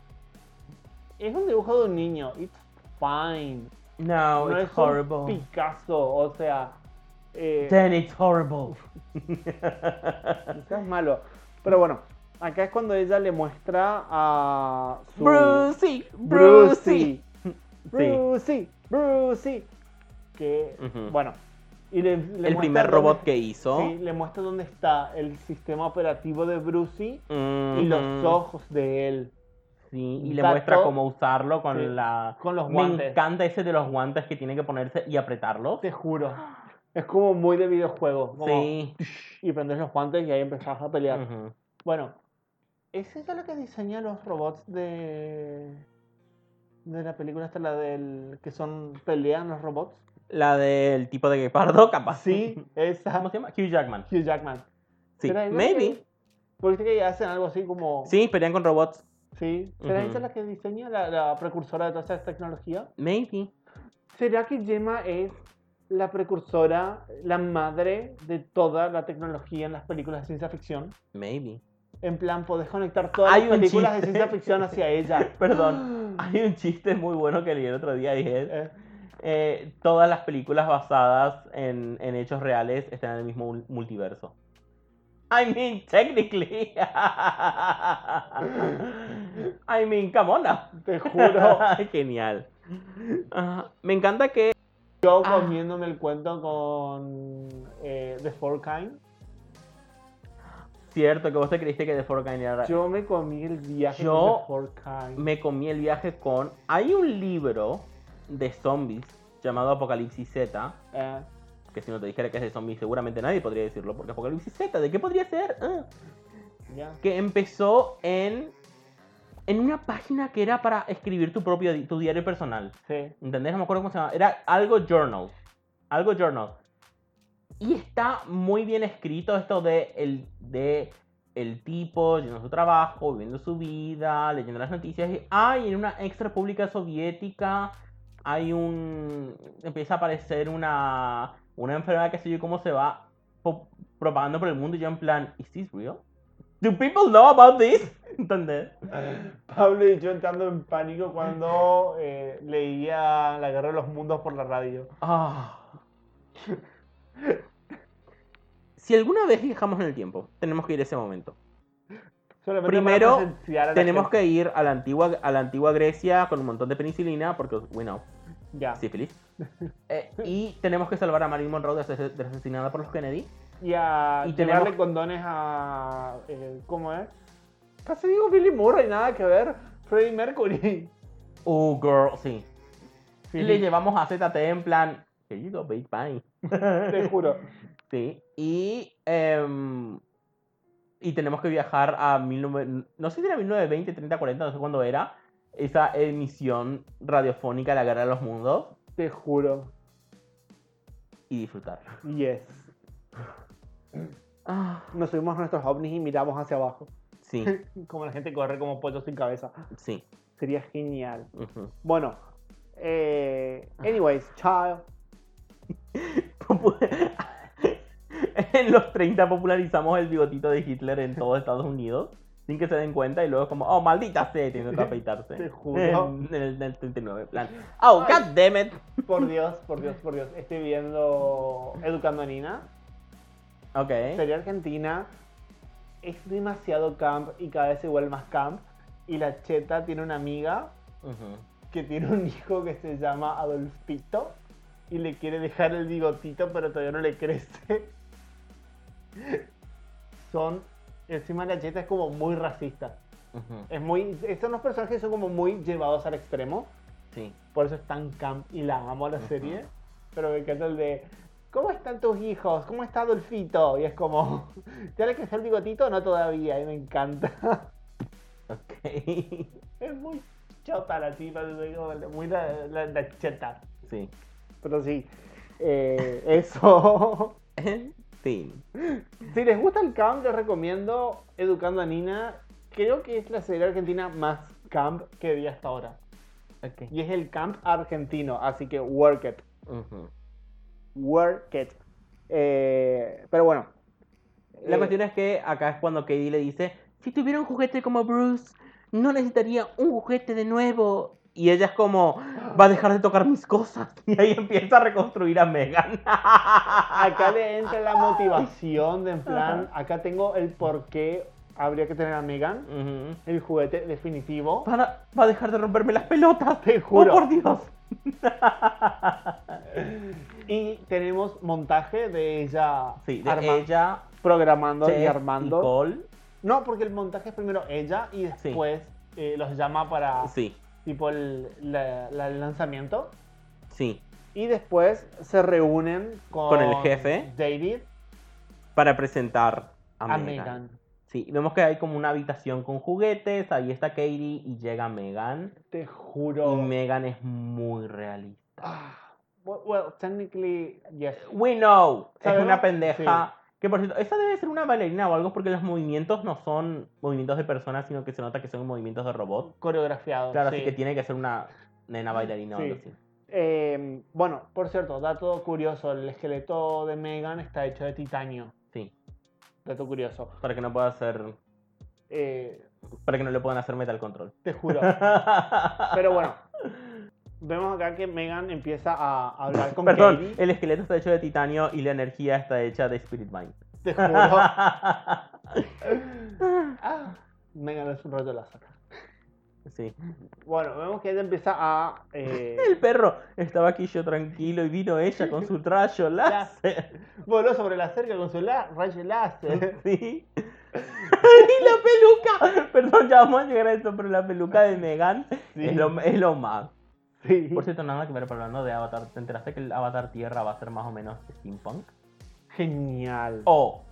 Es un dibujo de un niño, it's fine. No, no it's es horrible. un Picasso, o sea, eh, Then it's horrible. no seas malo. Pero bueno, acá es cuando ella le muestra a su... Brucey, Brucey. Brucey. Brucey. Brucey. que, Ujú. bueno. Y le, le El muestra primer dónde- robot que hizo. Sí, le muestra dónde está el sistema operativo de Brucey Mhm. y los ojos de él. Sí, y le Dato. muestra cómo usarlo con Sí, la. con los Me guantes. encanta ese de los guantes que tiene que ponerse y apretarlos. Te juro. Es como muy de videojuego. como- Sí. Y prendes los guantes y ahí empezás a pelear. Ujú. Bueno, ¿es ella la que diseña los robots de. de la película esta, la del. que son. pelean los robots? La del tipo de guepardo, capaz. Sí, esa. ¿Cómo se llama? Hugh Jackman. Hugh Jackman. Sí. ¿Será ella Maybe. que- Porque viste que hacen algo así como. Sí, pelean con robots. ¿Sí? ¿Será Ujú. ella la que diseña la, la precursora de toda esta tecnología? Maybe. ¿Será que Gemma es la precursora, la madre de toda la tecnología en las películas de ciencia ficción? Maybe. En plan, podés conectar todas Hay las un películas de chiste. ciencia ficción hacia ella. Mm. Perdón. Hay un chiste muy bueno que leí el otro día y es. Eh, Eh, todas las películas basadas en, en hechos reales están en el mismo mul- multiverso. I mean, technically. I mean, come on now. te juro. Genial. Ajá. Me encanta que Yo Ah. comiéndome el cuento con eh, The Four Kind. cierto que vos te creíste que The Four Kind era Yo me comí el viaje Yo- con The Four Kind. me comí el viaje con. Hay un libro de zombies llamado Apocalipsis Z. Eh, Que si no te dijera que es de zombies, seguramente nadie podría decirlo. Porque Apocalipsis Z, ¿de qué podría ser? Ah. ya. que empezó en. En una página que era para escribir tu propio di- tu diario personal. Sí. ¿Entendés? No me acuerdo cómo se llama. Era algo journal. Algo journal. Y está muy bien escrito esto de el, de el tipo yendo a su trabajo, viviendo su vida, leyendo las noticias. Y, ah, y en una ex república soviética hay un... Empieza a aparecer una, una enfermedad que sé yo cómo se va po- propagando por el mundo. Y yo en plan, ¿is this real? ¿Do people know about this? ¿Entendés? Pablo y yo entrando en pánico cuando eh, leía La Guerra de los Mundos por la radio. Ah. Si alguna vez viajamos en el tiempo, tenemos que ir a ese momento. Solamente Primero, para presenciar a la Tenemos gente. que ir a la antigua, a la antigua Grecia con un montón de penicilina, porque, bueno, Ya. sífilis. Eh, y tenemos que salvar a Marilyn Monroe de ser de ser asesinada por los Kennedy. Y a Y llevarle tenemos- condones a. eh, ¿Cómo es? Casi digo Billy Murray, nada que ver. Freddie Mercury. Oh, girl, sí. Sí, Y le llevamos a ZT en plan, here you go, big bye. te juro. Sí, y, em, y tenemos que viajar a 19 no sé si era 1920, 30, 40, no sé cuándo era, esa emisión radiofónica La Guerra de los Mundos Te juro. y disfrutar. Yes. Ah, Nos subimos a nuestros ovnis y miramos hacia abajo. sí, Como la gente corre como pollo sin cabeza. sí. Sería genial. ujú. Bueno. eh, anyways, child. en los 30 popularizamos el bigotito de Hitler en todo Estados Unidos. Sin que se den cuenta y luego es como, oh, maldita sea, tiene que afeitarse. Te juro. En, el- en el 39, en plan, oh, Ay. god damn it. Por Dios, por Dios, por Dios. Estoy viendo Educando a Nina. Ok. Serie argentina. Es demasiado camp y cada vez se vuelve más camp. Y la cheta tiene una amiga ujú. que tiene un hijo que se llama Adolfito y le quiere dejar el bigotito, pero todavía no le crece. Son. Encima la cheta es como muy racista. Ujú, Es muy. Estos dos personajes son como muy llevados al extremo. Sí. Por eso es tan camp y la amo a la serie. Pero me encanta el de. ¿Cómo están tus hijos? ¿Cómo está Adolfito? Y es como. ¿Ya le creció el bigotito? No todavía. Y me encanta. Ok. Es muy chota la tipa. Muy la, la- la cheta. Sí. Pero sí. eh, eso. Sí. si les gusta el camp, les recomiendo Educando a Nina. Creo que es la serie argentina más camp que vi hasta ahora. Ok. Y es el camp argentino. Así que work it. Ujú. Work it. Eh, pero bueno. La Eh, cuestión es que acá es cuando Katie le dice, si tuviera un juguete como Bruce, no necesitaría un juguete de nuevo. Y ella es como, va a dejar de tocar mis cosas. Y ahí empieza a reconstruir a Megan. Acá le entra la motivación de en plan. Acá tengo el por qué habría que tener a Megan. Ujú. El juguete definitivo. Para- va a dejar de romperme las pelotas. Te juro. Oh, por Dios. Y tenemos montaje de ella Sí, de arma- ella, programando y Chess armando. y Cole. No, porque el montaje es primero ella y después eh, los llama para Sí, tipo el, la- la- el lanzamiento. sí. Y después se reúnen con, Con el jefe. Ah, David Para presentar a, a Megan. Megan. Sí, vemos que hay como una habitación con juguetes, ahí está Katie y llega Megan. Te juro. Y Megan es muy realista. Ah, well, well, technically, yes. We know, es ¿Sabemos? una pendeja. Que por cierto, esa debe ser una bailarina o algo porque los movimientos no son movimientos de personas, sino que se nota que son movimientos de robot. Coreografiado. Claro, sí. así que tiene que ser una nena bailarina o Sí. algo así. Eh, bueno, por cierto, dato curioso: el esqueleto de Megan está hecho de titanio. Sí, Dato curioso. para que no pueda hacer, Eh, para que no le puedan hacer metal control. te juro. Pero bueno, vemos acá que Megan empieza a hablar con Perdón, Katie. el esqueleto está hecho de titanio y la energía está hecha de Spirit Mind. Te juro. Ah, Megan es un rayo láser. Sí. Bueno, vemos que ella empieza a. eh, El perro estaba aquí yo tranquilo y vino ella con su rayo láser. voló sobre la cerca con su la rayo láser. Sí. y la peluca. Perdón, ya vamos a llegar a eso, pero la peluca de Megan Sí. es, lo, es lo más. Sí. Por cierto, nada que ver, pero hablando de Avatar, ¿te enteraste que el Avatar Tierra va a ser más o menos steampunk? Genial. O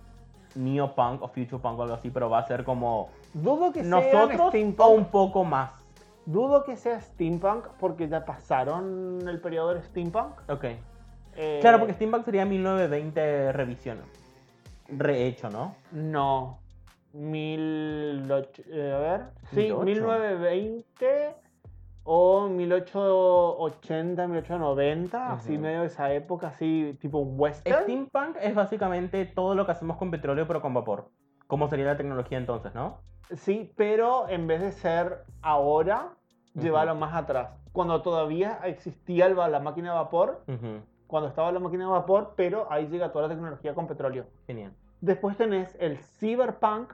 neopunk o futurepunk o algo así, pero va a ser como Dudo que sea nosotros o steampunk. un poco más. Dudo que sea steampunk porque ya pasaron el periodo del steampunk. Ok. Eh, Claro, porque steampunk sería 1920 revisión. Rehecho, ¿no? No. Mil... och- eh, a ver. Sí, 1008. 1920 o 1880, 1890. Así Ujú. medio esa época, así tipo western. Steampunk es básicamente todo lo que hacemos con petróleo pero con vapor. ¿Cómo sería la tecnología entonces, no? Sí, pero en vez de ser ahora, Ujú. llevarlo más atrás. Cuando todavía existía el va- la máquina de vapor, Ujú, cuando estaba la máquina de vapor, pero ahí llega toda la tecnología con petróleo. Genial. Después tenés el cyberpunk,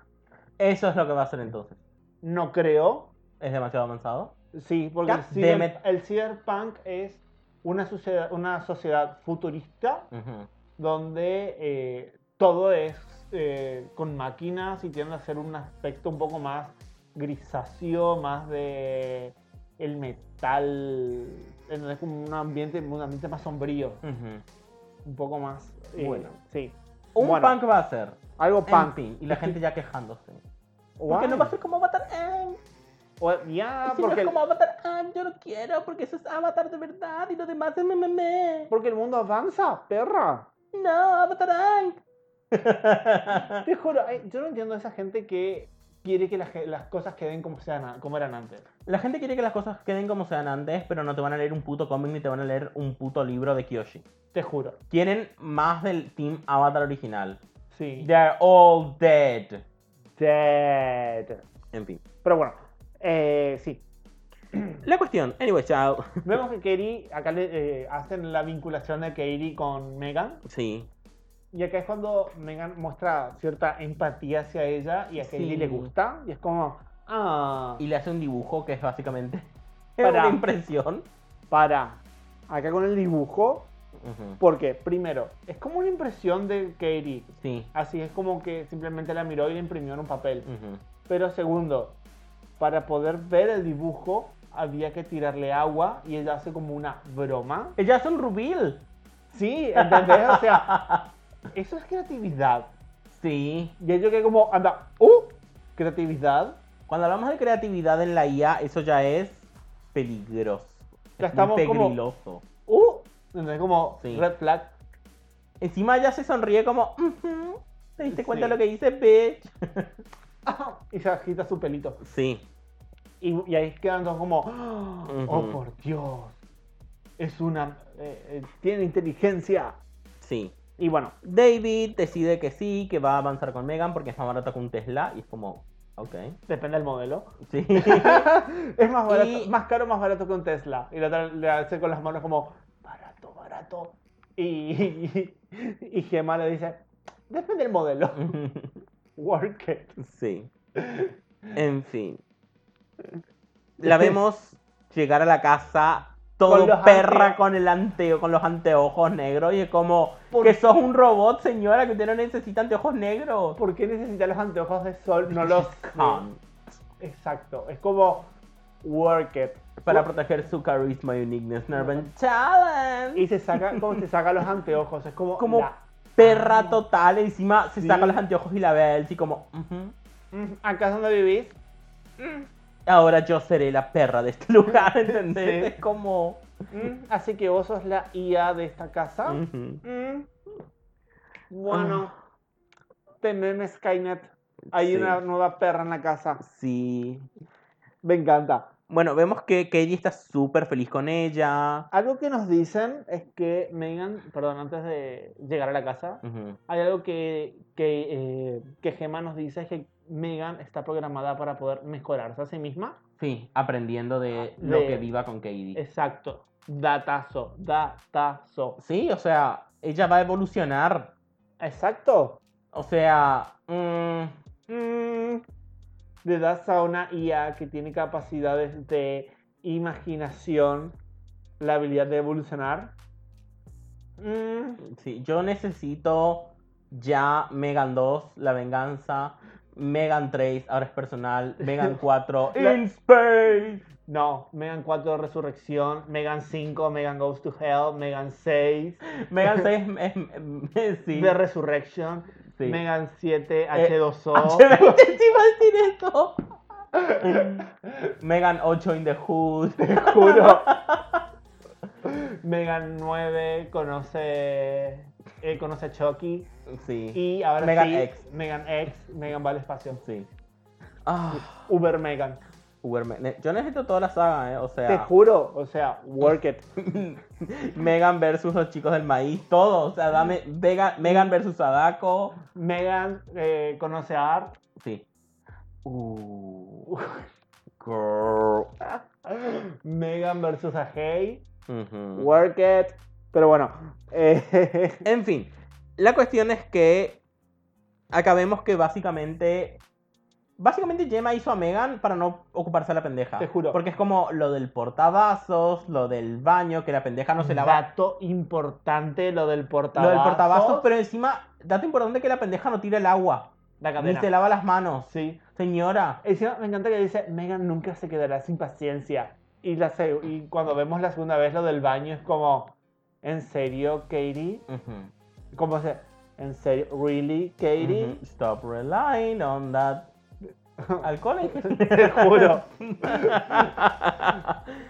Eso es lo que va a ser entonces. no creo. ¿Es demasiado avanzado? Sí, porque el, God damn cyber- el cyberpunk es una sociedad, una sociedad futurista Ujú, donde eh, todo es eh, con máquinas y tiende a ser un aspecto un poco más grisáceo, más de el metal, es como un ambiente, un ambiente más sombrío, ujú. un poco más eh, Bueno. sí, Un Bueno. punk va a ser. Algo En punk. fin, y la gente ya quejándose. Guay. Porque no va a ser como Avatar Aang. O- ya Si no Ah, porque es el- como Avatar Aang, yo no quiero porque eso es Avatar de verdad y lo demás es meme. Porque el mundo avanza, perra. No, Avatar Aang. Te juro, eh, yo no entiendo a esa gente que quiere que las, ge- las cosas queden como, sean, a- como eran antes. La gente quiere que las cosas queden como sean antes, pero no te van a leer un puto cómic ni te van a leer un puto libro de Kiyoshi. Te juro. Quieren más del Team Avatar original. Sí. They're all dead. Dead. En fin. Pero bueno, eh, sí. La cuestión, anyway, chao. Vemos que Katie, acá le eh, hacen la vinculación de Katie con Megan. Sí. Y acá es cuando Megan muestra cierta empatía hacia ella y a Katie Sí. le gusta. Y es como, ah, Y le hace un dibujo que es básicamente Para. una impresión. Para. Acá con el dibujo. Ujú. Porque primero, es como una impresión de Katie. Sí. Así es como que simplemente la miró y le imprimió en un papel. Ujú. Pero segundo, para poder ver el dibujo había que tirarle agua y ella hace como una broma. Ella hace un rubil. Sí, ¿entendés? O sea, eso es creatividad. Sí. Y yo que como, anda, ¡uh! Creatividad. Cuando hablamos de creatividad en la IA, eso ya es peligroso. Ya Es muy estamos como- pegriloso. ¡uh! ¿Entendés? Como Sí. red flag. Encima ya se sonríe como, "Ujú, ¿te diste cuenta Sí. lo que hice, bitch? Y se agita su pelito. Sí. Y, y ahí quedan todos como, ¡ah! ¡oh, Ujú. por Dios! Es una... eh, eh, tiene inteligencia. Sí. Y bueno, David decide que sí, que va a avanzar con Megan porque es más barato que un Tesla y es como, ok. Depende del modelo. Sí. Es más barato, Y- más caro, más barato que un Tesla. Y la otra le hace con las manos como, barato, barato. Y, y, Gemma le dice, depende del modelo. Work it. sí. En fin. La vemos llegar a la casa todo Con los perra ante- con el anteo, con los anteojos negros y es como Por- que sos un robot, señora, que usted no necesita anteojos negros. Ah, ¿Por qué necesitas los anteojos de sol? No los... Con- Exacto. Es como, work it. Para proteger su carisma y uniqueness, Nerven Challenge. Y se saca, como se saca los anteojos. Es como... como la- perra total. Encima se Sí. saca los anteojos y la ve a Elsie como, "Ujú, "Mm, ¿Acá es donde vivís? ahora yo seré la perra de este lugar, ¿entendés? Sí. Es como... Mm, Así que vos sos la IA de esta casa. ujú. Mm. Ah. Bueno, teneme Skynet. Hay Sí. una nueva perra en la casa. Sí. Me encanta. Bueno, vemos que Katie está súper feliz con ella. Algo que nos dicen es que Megan, perdón, antes de llegar a la casa, Ujú, hay algo que, que, eh, que Gemma nos dice es que Megan está programada para poder mejorarse a sí misma. Sí, aprendiendo de lo De- que viva con Katie. Exacto. Datazo, datazo. Sí, o sea, ella va a evolucionar. Exacto. O sea... mm, Mm, le das a una IA que tiene capacidades de imaginación la habilidad de evolucionar. Mm, Sí, yo necesito ya Megan 2, La Venganza, Megan 3, ahora es personal, Megan 4, La- In Space. no, Megan 4 Resurrección, Megan 5, Megan Goes to Hell, Megan 6 Megan 6 es- es- es- sí. The Resurrection, sí. Eh, Megan 7 H2O. H- te iba a decir esto. Megan 8 in the Hood. Juro. Megan 9 conoce, eh, conoce a Chucky. Sí. Y ahora Megan sí, X. Megan X, Megan va al espacio. Sí. Ah, Uber Megan. Uber Me- ne- yo necesito toda la saga, eh, o Te sea, juro, o sea, work it. Megan versus los chicos del maíz, todo, o sea, dame Vega- Megan versus Sadako, Megan eh, conoce a Art. sí. Uh, girl. Megan versus a Hey. Ujú. Work it. Pero bueno. eh, En fin, la cuestión es que acabemos que básicamente. Básicamente Gemma hizo a Megan para no ocuparse de la pendeja. Te juro. Porque es como lo del portavasos, lo del baño, que la pendeja no se lava. Dato importante lo del Lo portavasos. del portavasos, pero encima, dato importante que la pendeja no tira el agua. La Ni cadena. se lava las manos. Sí. Señora. Encima me encanta que dice, Megan nunca se quedará sin paciencia. Y, la se- y cuando vemos la segunda vez lo del baño es como, ¿en serio, Katie? Ujú. ¿Cómo se...? ¿En serio? ¿Really, Katie? Ujú. Stop relying on that. Alcohol. Te juro.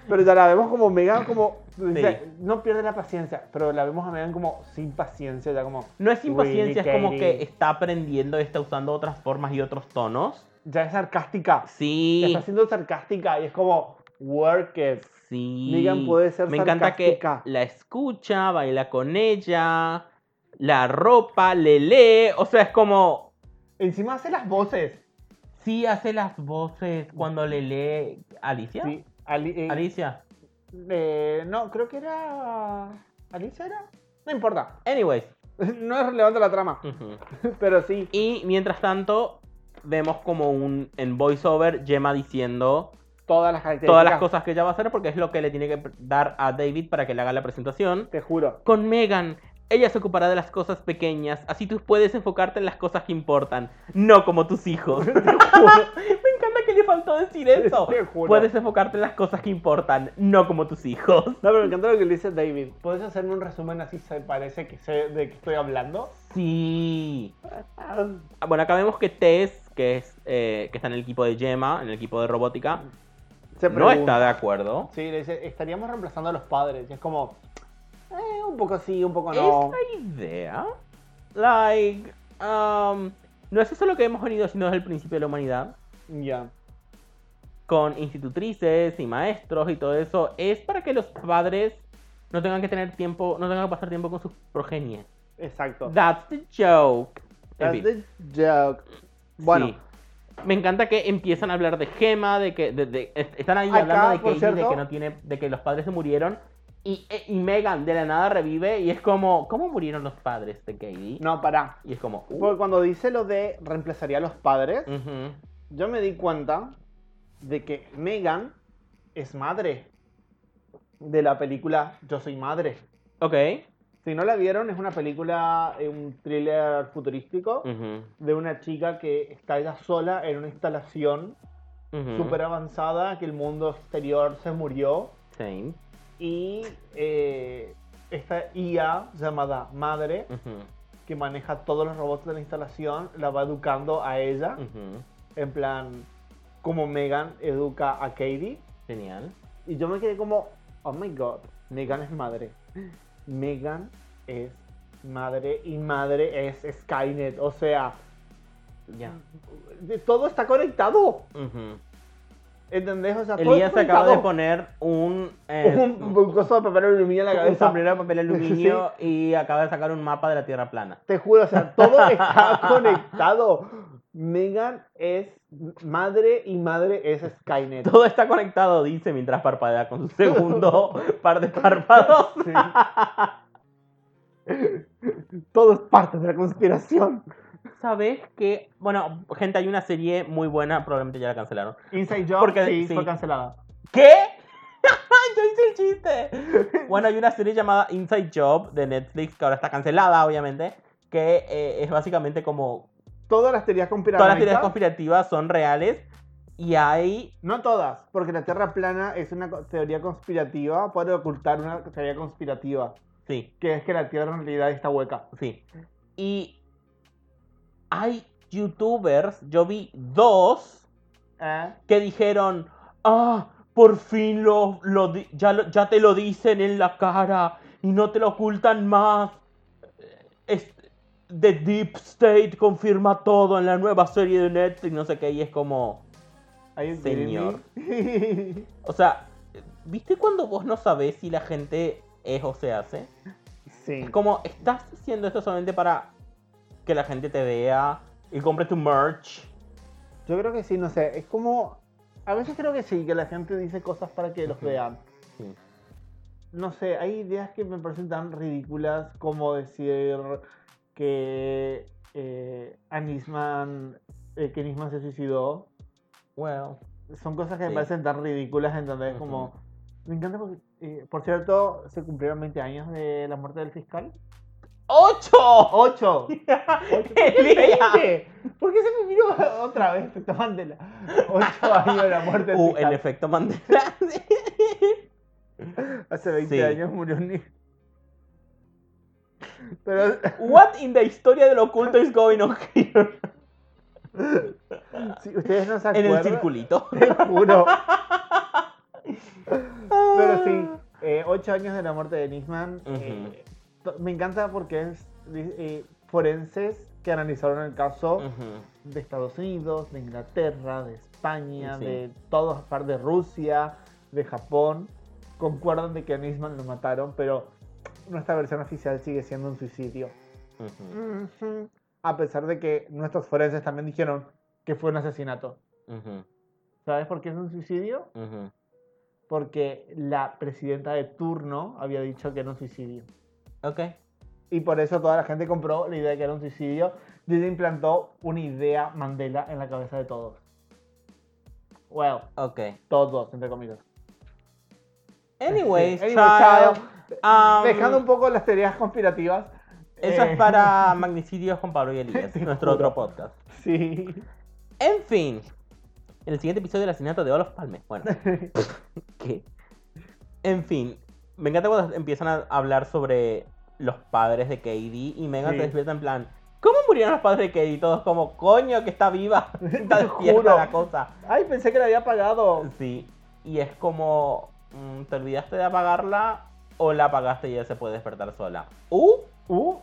Pero ya la vemos como Megan, como... dice, Sí. No pierde la paciencia, pero la vemos a Megan como sin paciencia, ya como... No es impaciencia, Really, es como Katie. que está aprendiendo, está usando otras formas y otros tonos. Ya es sarcástica. Sí. Está siendo sarcástica y es como, work it. Sí. Megan puede ser Me encanta que sarcástica. la escucha, baila con ella, la ropa, le lee. O sea, es como. Encima hace las voces. Sí, hace las voces cuando le lee. ¿Alicia? Sí, Ali- eh, Alicia. Eh, no, creo que era. ¿Alicia era? No importa. Anyways. No es relevante la trama. Ujú. Pero sí. Y mientras tanto, vemos como un. En voiceover, Gemma diciendo Todas las características. todas las cosas que ella va a hacer porque es lo que le tiene que dar a David para que le haga la presentación. Te juro. Con Megan, ella se ocupará de las cosas pequeñas, así tú puedes enfocarte en las cosas que importan, no como tus hijos. Me encanta que le faltó decir eso. Te juro. Puedes enfocarte en las cosas que importan, no como tus hijos. No, pero me encanta lo que le dice David. ¿Puedes hacerme un resumen así se parece que sé de qué estoy hablando? Sí. Ah, Bueno, acá vemos que Tess, que, es, eh, que está en el equipo de Gemma, en el equipo de robótica, Se no pregunta. está de acuerdo. Sí, le dice, estaríamos reemplazando a los padres. Y es como. eh, un poco sí, un poco no. Es la idea. Like, um, no es eso lo que hemos venido haciendo desde el principio de la humanidad. Ya. con institutrices y maestros y todo eso es para que los padres no tengan que tener tiempo, no tengan que pasar tiempo con sus progenies. Exacto. That's the joke. En That's fin, the joke. Bueno. sí. Me encanta que empiezan a hablar de Gema, de que de- de- est- están ahí Acá, hablando de por Katie, de cierto- que no tiene, de que los padres se murieron y, e- y Megan de la nada revive y es como ¿cómo murieron los padres de Katie? No, pará. Y es como uh, Porque cuando dice lo de reemplazaría a los padres, ujú. yo me di cuenta de que Megan es madre de la película Yo Soy Madre. Ok. Si no la vieron, es una película, eh, un thriller futurístico Ujú, de una chica que está ella sola en una instalación ujú. súper avanzada, que el mundo exterior se murió Same. y eh, esta IA llamada Madre, Ujú, que maneja todos los robots de la instalación, la va educando a ella, ujú. en plan como Megan educa a Katie. Genial. Y yo me quedé como, oh my god, Megan es madre. Megan es madre y madre es Skynet. O sea, Ya. de- todo está conectado. Ujú. ¿Entendés? O sea, todo Elías está se acaba conectado. de poner un, eh, un, un coso de papel aluminio en la un cabeza. sombrero de papel aluminio y acaba de sacar un mapa de la Tierra plana. Te juro, o sea, todo está conectado. Megan es madre y madre es Skynet. Todo está conectado, dice, mientras parpadea con su segundo par de párpados. Sí. Todo es parte de la conspiración. ¿Sabes que Bueno, gente, hay una serie muy buena, probablemente ya la cancelaron. Inside Job Porque- sí, sí. fue cancelada. ¿Qué? Yo hice el chiste. Bueno, hay una serie llamada Inside Job de Netflix, que ahora está cancelada, obviamente, que eh, es básicamente como Todas las teorías todas las conspiranoicas. teorías conspirativas son reales y hay... No todas, porque la Tierra plana es una co- teoría conspirativa para ocultar una teoría conspirativa, Sí, que es que la Tierra en realidad está hueca. sí. Y hay youtubers, yo vi dos ¿Eh? que dijeron, ah, por fin lo, lo di- ya, lo- ya te lo dicen en la cara y no te lo ocultan más. Es- The Deep State confirma todo en la nueva serie de Netflix, no sé qué, y es como, Are you kidding Señor. me? o sea, ¿viste cuando vos no sabés si la gente es o se hace? sí. Es como, estás haciendo esto solamente para que la gente te vea y compre tu merch. Yo creo que sí, no sé. Es como. A veces creo que sí, que la gente dice cosas para que los Ujú. vean. Sí. No sé, hay ideas que me parecen tan ridículas como decir que eh, Anisman, eh, que Anisman se suicidó. Well, Son cosas que me Sí. parecen tan ridículas, ¿entendés? Como, Ujú. me encanta porque, eh, por cierto, se cumplieron 20 años de la muerte del fiscal. ¡Ocho! ¡Ocho! Elías. ¡20! ¿Por qué se me miró otra vez? Tomándola. Ocho años de la muerte del Uh, el fiscal. efecto Mandela. Hace 20 Sí. años murió un niño. Pero What in the historia del oculto is going on here? si ustedes no se En acuerdan. el circulito. Te juro. Pero sí, eh, ocho años de la muerte de Nisman. eh, to- me encanta porque es eh, forenses que analizaron el caso Ujú. de Estados Unidos, de Inglaterra, de España, Sí. de todas partes, de Rusia, de Japón. Concuerdan de que a Nisman lo mataron, pero nuestra versión oficial sigue siendo un suicidio. Ujú. Ujú. A pesar de que nuestros forenses también dijeron que fue un asesinato. Ujú. ¿Sabes por qué es un suicidio? Ujú. Porque la presidenta de turno había dicho que era un suicidio. Ok. Y por eso toda la gente compró la idea de que era un suicidio. Y ella implantó una idea Mandela en la cabeza de todos. Well, Ok. todos, entre comillas. Anyways, Anyway, child, um, Dejando un poco las teorías conspirativas. Eso eh, es para Magnicidios con Pablo y Elías, Te nuestro juro. otro podcast. Sí. En fin. En el siguiente episodio del asesinato de Olos Palmes. Bueno. ¿Qué? En fin. Me encanta cuando empiezan a hablar sobre los padres de Katie y Megan Sí. se despierta en plan. ¿Cómo murieron los padres de Katie? Todos como, coño, que está viva. Está Te despierta juro. la cosa. Ay, pensé que la había apagado. Sí. Y es como. mm, ¿Te olvidaste de apagarla? O la apagaste y ella se puede despertar sola. Uh, Uh,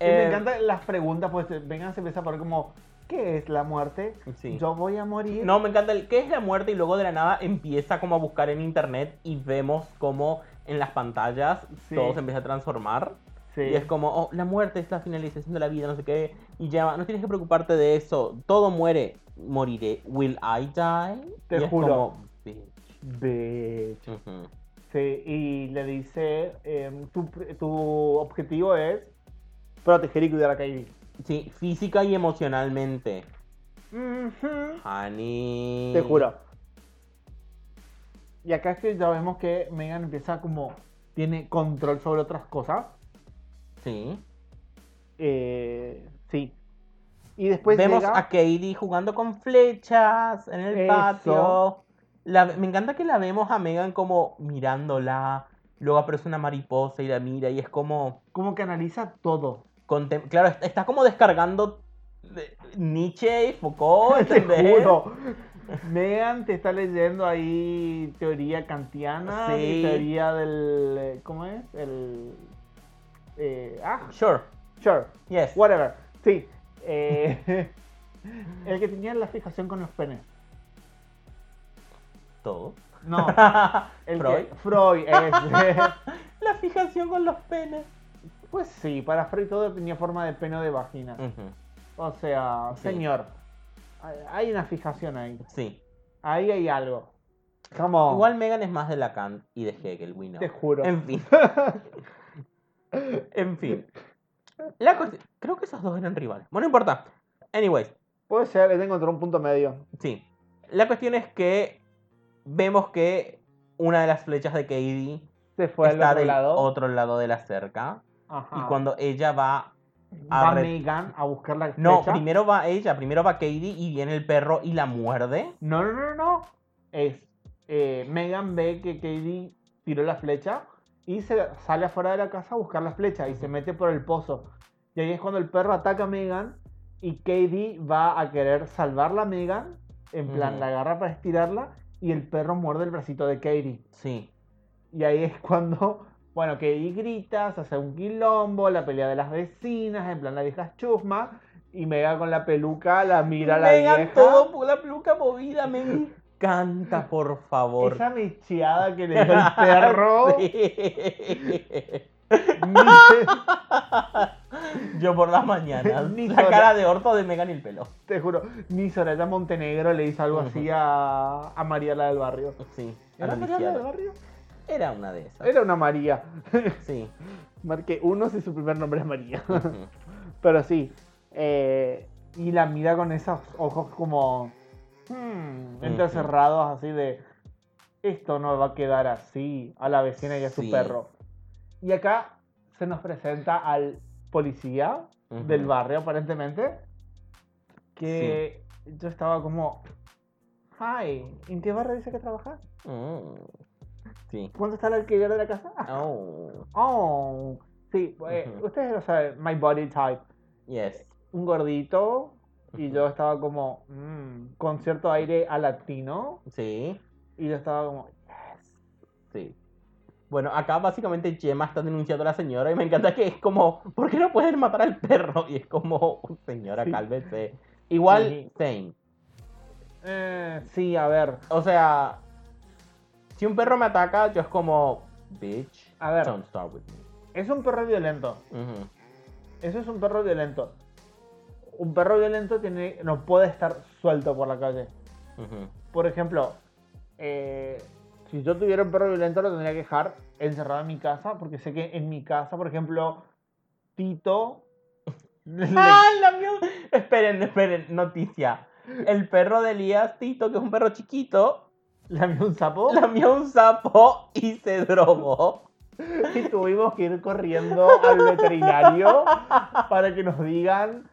Y eh, me encantan las preguntas, pues eh, vengan, se empieza a poner como, ¿qué es la muerte? Sí. Yo voy a morir. No, me encanta el qué es la muerte y luego de la nada empieza como a buscar en internet y vemos como en las pantallas Sí. todo se empieza a transformar. Sí. Y es como, oh, la muerte es la finalización de la vida, no sé qué. Y ya, no tienes que preocuparte de eso. Todo muere. Moriré. ¿Will I die? Te Y es juro. como, sí. Bitch. Ujú. Sí, y le dice, em, tu, pr- tu objetivo es proteger y cuidar a Katie. Sí, física y emocionalmente. Ujú. Honey. Te juro. Y acá es que ya vemos que Megan empieza como, tiene control sobre otras cosas. Sí. Eh, sí. Y después Vemos Pues llega- a Katie jugando con flechas en el Eso. patio. La- me encanta que la vemos a Megan como mirándola. Luego aparece una mariposa y la mira y es como... como que analiza todo. contem- claro, est- está como descargando de- Nietzsche y Foucault, Te ¿entendés? juro. Megan te está leyendo ahí teoría kantiana, Sí. y teoría del. eh, ¿Cómo es? El. eh, ah, Sure, sure, yes. whatever. Sí. eh, el que tenía la fijación con los penes. Todo. No, el que- Freud. Freud, ese. La fijación con los penes. Pues sí, para Freud todo tenía forma de pene o de vagina. Ujú, O sea, Sí. señor, hay- hay una fijación ahí. Sí. Ahí hay algo. Come on, Igual Megan es más de Lacan y de Hegel, we know. te juro. En fin. en fin. La cuestión- creo que esos dos eran rivales. Bueno, no importa. Anyways, Puede ser, él encontró un punto medio. sí. La cuestión es que vemos que una de las flechas de Katie Se fue al está otro del lado. Ah. otro lado de la cerca. Ajá. Y cuando ella va Va a re- Megan a buscar la flecha. No, primero va ella, primero va Katie y viene el perro y la muerde. No, no, no, no. Es. eh, Megan ve que Katie tiró la flecha y se sale afuera de la casa a buscar la flecha y se mete por el pozo. Y ahí es cuando el perro ataca a Megan y Katie va a querer salvarla a Megan. En plan, Ujú. la agarra para estirarla y el perro muerde el bracito de Katie. Sí. Y ahí es cuando, bueno, Katie grita, se hace un quilombo, la pelea de las vecinas, en plan, la vieja es chusma. Y Megan con la peluca la mira a la Megan, vieja. todo por la peluca movida, me encanta, por favor. Esa mecheada que le dio el perro. Sí. ni- Yo por las mañanas. Ni la sola. cara de orto de Megan y el pelo. te juro, ni Soraya Montenegro le hizo algo así a, a María la del Barrio. Sí. ¿Era María la del Era, Barrio? Era una de esas. Era una María. Sí. Marqué uno si su primer nombre es María. Ujú. Pero sí. eh, y la mira con esos ojos como. hmm, entrecerrados, así de. Esto no va a quedar así a la vecina y a su Sí. perro. Y acá se nos presenta al policía Ujú. del barrio, aparentemente. Que yo estaba como. Hi, ¿en qué barrio dice que trabajas? Mm. Sí. ¿Cuánto está el alquiler de la casa? Oh. Oh, sí, eh, Ujú. ustedes lo saben, my body type. Yes. un gordito y yo estaba como "Mm, con cierto aire a latino Sí. y yo estaba como Sí. Bueno, acá básicamente Gemma está denunciando a la señora y me encanta que es como, ¿por qué no pueden matar al perro? Y es como, señora, Sí. cálmese. Igual, Sí. same. "Eh, sí a ver O sea, si un perro me ataca, yo es como, bitch, A ver. don't start with me. es un perro violento Ujú. eso es un perro violento un perro violento tiene no puede estar suelto por la calle Ujú. por ejemplo eh, si yo tuviera un perro violento lo tendría que dejar encerrado en mi casa porque sé que en mi casa por ejemplo Tito le- ¡Ah, la mierda! Esperen, esperen, noticia. El perro de Elías Tito, que es un perro chiquito, lamió un sapo lamió un sapo y se drogó. Y tuvimos que ir corriendo al veterinario para que nos digan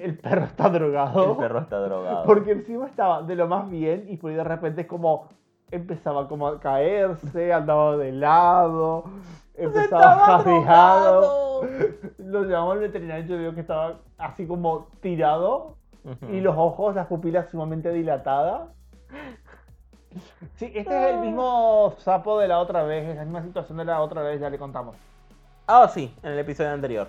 el perro está drogado. El perro está drogado. Porque encima estaba de lo más bien y por ahí de repente es como empezaba como a caerse, andaba de lado, empezaba Estaba jadeado. drogado. Lo llevamos al veterinario y yo veo que estaba así como tirado Ujú. y los ojos, las pupilas sumamente dilatadas. Sí, este Ah. es el mismo sapo de la otra vez, es la misma situación de la otra vez, ya le contamos. Ah, sí, en el episodio anterior.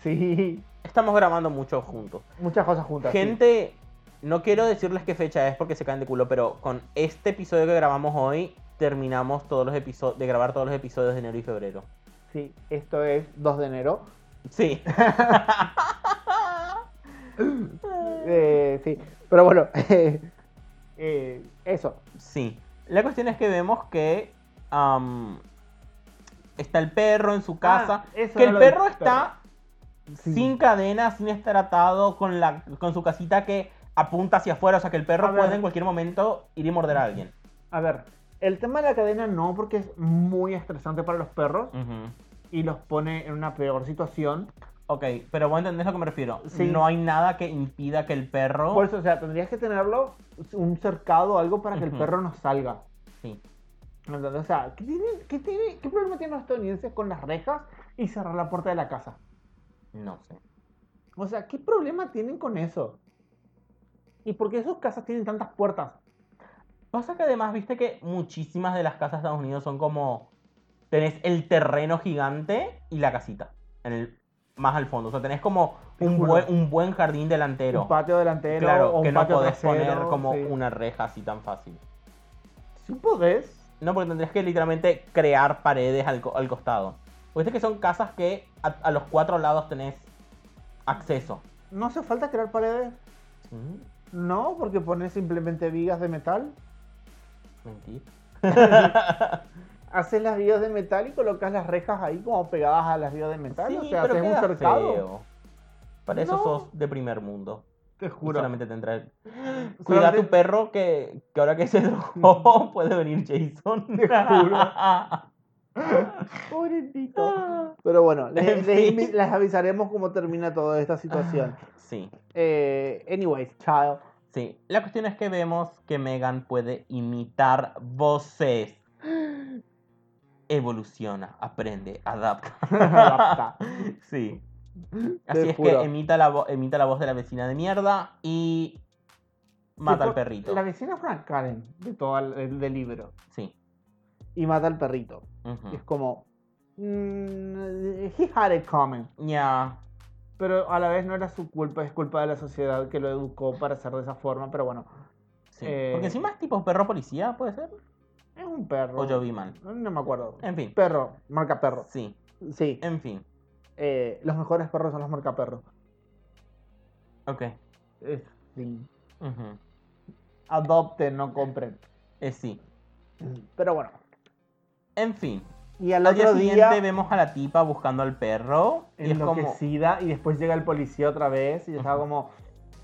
Sí, Estamos grabando mucho juntos. muchas cosas juntas. sí. Gente, no quiero decirles qué fecha es porque se caen de culo, pero con este episodio que grabamos hoy, terminamos todos los episodios de grabar todos los episodios de enero y febrero. Sí, esto es 2 de enero. Sí. Eh, sí, pero bueno, eh, eso. Sí. La cuestión es que vemos que am, está el perro en su casa. Ah, eso que no el lo vi, perro está Sí. sin cadena, sin estar atado, con, la, con su casita que apunta hacia afuera. O sea que el perro A ver. puede en cualquier momento ir y morder a alguien. A ver, el tema de la cadena no, porque es muy estresante para los perros y los pone en una peor situación. Ok, pero vos entendés a lo que me refiero. Sí. No hay nada que impida que el perro. Por eso, o sea, tendrías que tenerlo un cercado o algo para que el Ujú. perro no salga. Sí. ¿Entendés? O sea, ¿qué, tiene- qué tiene- ¿qué problema tienen los estadounidenses con las rejas y cerrar la puerta de la casa? No sé. O sea, ¿qué problema tienen con eso? ¿Y por qué sus casas tienen tantas puertas? Pasa que además, viste que muchísimas de las casas de Estados Unidos son como. Tenés el terreno gigante y la casita. En el, más al fondo. O sea, tenés como Te un, juro. buen, un buen jardín delantero. Un patio delantero claro, o un que no patio podés trasero, poner como sí. una reja así tan fácil. Sí podés. No, porque tendrías que literalmente crear paredes al, co- al costado. Viste que son casas que a, a los cuatro lados tenés acceso. No hace falta crear paredes. Mm, Sí, No, porque pones simplemente vigas de metal. mentira. haces las vías de metal y colocas las rejas ahí como pegadas a las vías de metal. Sí, o sea, pero haces un queda cercado. feo. Para eso No. sos de primer mundo. Te Y juro. Solamente tendrás. Solamente- Mm. Cuida a tu perro que, que ahora que se drogó puede venir Jason. Te juro. Pobrecito. Pero bueno, les, Ah. En les fin. Ah. invi- les avisaremos cómo termina toda esta situación. Sí, Eh, anyways, child. sí. La cuestión es que vemos que Megan puede imitar voces. Evoluciona, aprende, adapta. Adapta. Sí. Te Así es juro. que emita la, vo- emita la voz de la vecina de mierda y mata al Tipo, perrito. La vecina es una Karen de todo el, del- del libro. Sí. Y mata al perrito. ujú. Y es como. mm, he had it coming. Ya. Pero a la vez no era su culpa, es culpa de la sociedad que lo educó para ser de esa forma. Pero bueno, Sí. Eh, Porque encima es tipo perro policía, ¿puede ser? es un perro. Mm, O yo vi mal. Em. No me acuerdo. En fin. Perro, marca perro. Sí, Sí, en fin. eh, los mejores perros son los marca perro. Ok. Es- sí. ujú. Adopten, no compren. Eh, sí. Pero bueno. En fin. Y al Al día otro siguiente día, vemos a la tipa buscando al perro. Y es como. enloquecida, y después llega el policía otra vez, y yo estaba como,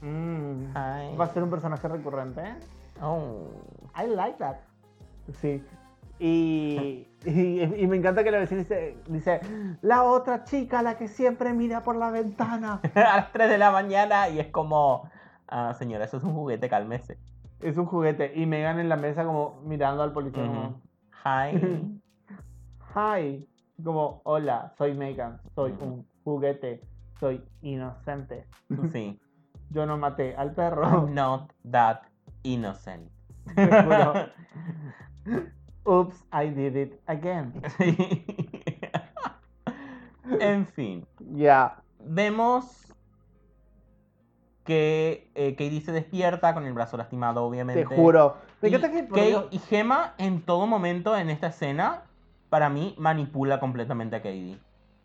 "Mm, Ay, va a ser un personaje recurrente. oh, I like that. Sí. Y, y, y me encanta que la vecina dice, dice, la otra chica, la que siempre mira por la ventana. A las 3 de la mañana y es como. Ah, señora, eso es un juguete, cálmese. Es un juguete. Y Megan en la mesa como mirando al policía Ujú. Hi. como, hi. Como, hola, soy Megan, soy un juguete, soy inocente. Sí. Yo no maté al perro. I'm not that innocent. Te juro. Oops, I did it again. Sí. en fin. Ya. Vemos que eh, Katie se despierta con el brazo lastimado, obviamente. Te juro. Me Y encanta que por Kate Dios, y Gemma en todo momento en esta escena, para mí, manipula completamente a Katie.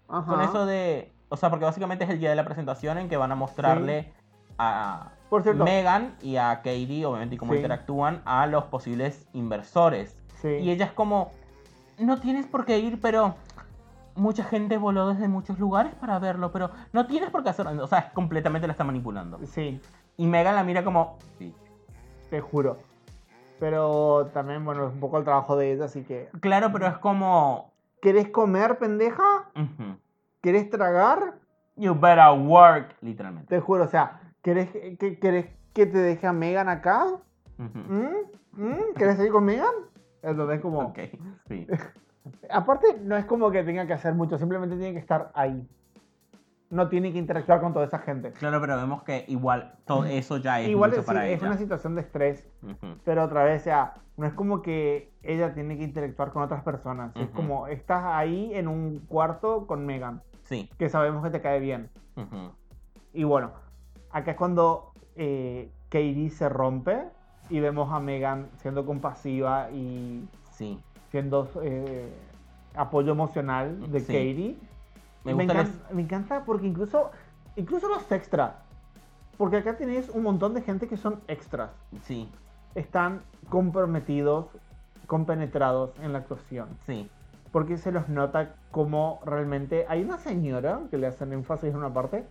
Ajá. Con eso de... O sea, porque básicamente es el día de la presentación en que van a mostrarle a Por cierto. Megan y a Katie, obviamente, y cómo Sí. interactúan a los posibles inversores. Sí. Y ella es como, no tienes por qué ir, pero mucha gente voló desde muchos lugares para verlo, pero no tienes por qué hacerlo. O sea, es completamente la está manipulando. Sí, Y Megan la mira como, "Sí". te juro. Pero también, bueno, es un poco el trabajo de ella, así que. claro, pero es como, ¿Querés comer, pendeja? ujú, ¿Querés tragar? you better work, literalmente. Te juro, o sea, ¿querés que, querés que te deje a Megan acá? Ujú. ¿Mm? ¿Mm? ¿Querés salir con Megan? Entonces, como. Ok, sí. Aparte, no es como que tenga que hacer mucho, simplemente tiene que estar ahí. No tiene que interactuar con toda esa gente. Claro, pero vemos que igual todo eso ya es Igual mucho es, sí, para es ella. una situación de estrés, Ujú, pero otra vez, o sea, no es como que ella tiene que interactuar con otras personas. Es Ujú. como estás ahí en un cuarto con Megan, Sí. que sabemos que te cae bien. ujú, Y bueno, acá es cuando eh, Katie se rompe y vemos a Megan siendo compasiva y Sí. siendo eh, apoyo emocional de Sí. Katie. Me Me, gusta encan- me encanta porque incluso, incluso los extra. Porque acá tenés un montón de gente que son extras. Sí, Están comprometidos, compenetrados en la actuación. sí. Porque se los nota como realmente... Hay una señora, que le hacen énfasis en una parte,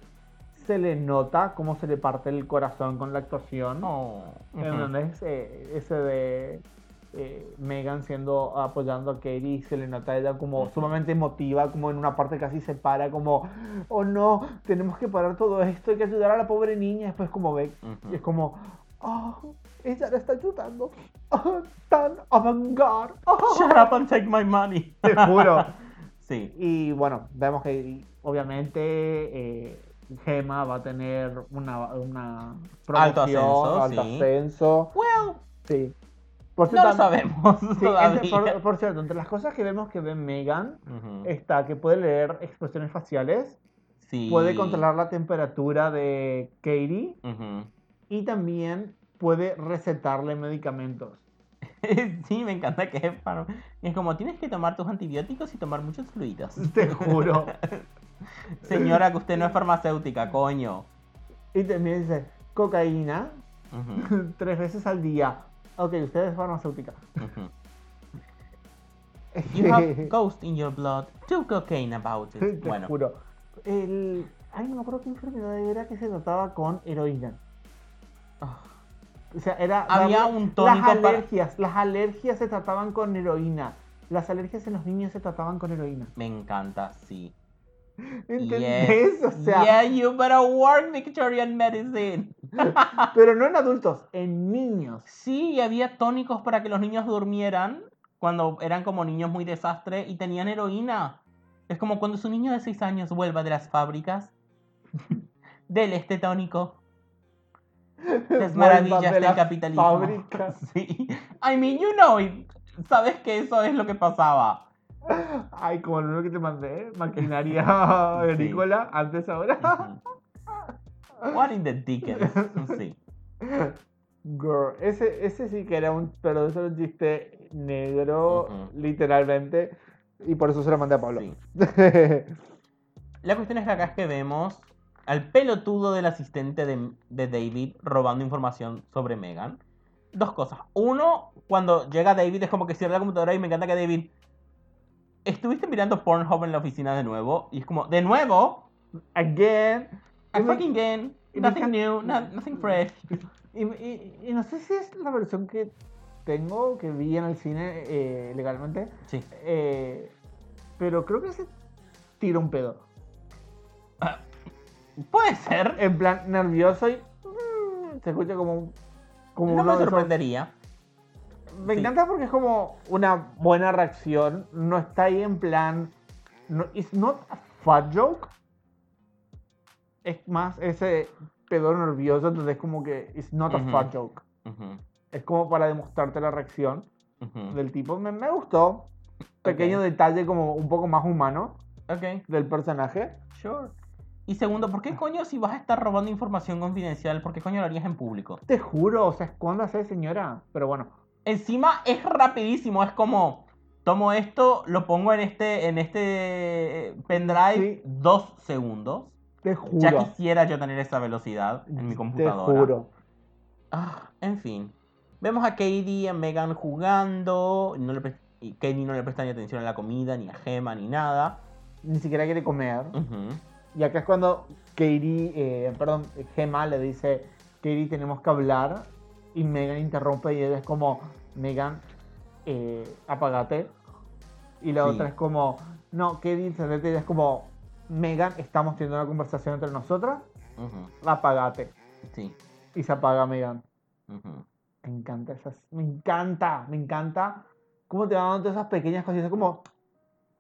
se le nota cómo se le parte el corazón con la actuación. Oh, ujú, En donde es eh, ese de eh, Megan siendo apoyando a Katie y se le nota a ella como Ujú. sumamente emotiva, como en una parte casi se para, como, oh no, tenemos que parar todo esto, hay que ayudar a la pobre niña. Después, como ve, ujú. y es como, oh, ella la está ayudando, oh, tan Ah". avangar, Shut up and take my money. te juro. Sí. Y bueno, vemos que obviamente eh, Gemma va a tener una, una Alto promoción, ascenso, alto sí. ascenso, Well, sí. Por No lo cierto, sabemos Sí, todavía. entre- por, por cierto, entre las cosas que vemos que ve Megan Ujú. está que puede leer expresiones faciales, Sí. puede controlar la temperatura de Katie Ujú. y también puede recetarle medicamentos. sí, me encanta que es para- Es como, tienes que tomar tus antibióticos y tomar muchos fluidos. Te juro. Señora, que usted no es farmacéutica, coño. y también dice cocaína Ujú, tres veces al día. Ok, usted es farmacéutica. ujú. You have ghost in your blood. Do cocaine about it. Te Bueno, juro. El... Ay, no me acuerdo qué enfermedad era que se trataba con heroína. ah, O sea, era. Había daba- un tónico Las para- alergias, las alergias se trataban con heroína. Las alergias en los niños se trataban con heroína. me encanta, sí. ¿Entendés? Yes. O sea, Yeah, you better work Victorian medicine. pero no en adultos, en niños. Sí, y había tónicos para que los niños durmieran cuando eran como niños muy desastre y tenían heroína. Es como cuando su niño de 6 años vuelva de las fábricas. Del este tónico. Las maravillas Vuelvan de del las capitalismo. fábricas. Sí. I mean, you know it. Sabes que eso es lo que pasaba. Ay, como el uno que te mandé, maquinaria agrícola, antes ahora. Ujú. What in the dickens? Sí. Girl, ese, ese sí que era un, pero eso era un chiste negro, Ujú. literalmente. Y por eso se lo mandé a Pablo. sí. La cuestión es que acá es que vemos al pelotudo del asistente de, de David robando información sobre Megan. Dos cosas. Uno, cuando llega David es como que cierra la computadora y me encanta que David... Estuviste mirando Pornhub en la oficina de nuevo y es como, de nuevo, Again. I fucking again, y me nothing encanta- new, no- nothing fresh. Y, y- y no sé si es la versión que tengo, que vi en el cine eh, legalmente. Sí. eh, pero creo que se tira un pedo. Puede ser. En plan, nervioso y. mm, se escucha como un. Como No uno me de esos- sorprendería. Me Sí. encanta porque es como una buena reacción. No está ahí en plan. No, it's not a fat joke. Es más ese pedo nervioso, entonces es como que it's not Ujú. a fat joke. Ujú, Es como para demostrarte la reacción ujú. del tipo. Me, me gustó. Pequeño Ok. detalle como un poco más humano Ok. del personaje. Sure. Y segundo, ¿por qué coño si vas a estar robando información confidencial, por qué coño lo harías en público? Te juro, o sea, escóndase, señora. Pero bueno. Encima es rapidísimo, es como tomo esto, lo pongo en este en este eh, pendrive Sí. dos segundos. Te Ya juro. quisiera yo tener esa velocidad en mi Te computadora. juro. Ah, en fin. Vemos a Katie y a Megan jugando. No le pre- y Katie no le presta ni atención a la comida, ni a Gemma, ni nada. Ni siquiera quiere comer. Ujú. Y acá es cuando Katie, eh, perdón, Gemma le dice, Katie tenemos que hablar. Y Megan interrumpe y ella es como, Megan, eh, apagate. Y la Sí. otra es como, no, Katie, encendete. Y ella es como, Megan, estamos teniendo una conversación entre nosotras, Ujú. apagate. Sí. Y se apaga Megan. Ujú. Me encanta esas, me encanta, me encanta. Cómo te van dando todas esas pequeñas cositas, como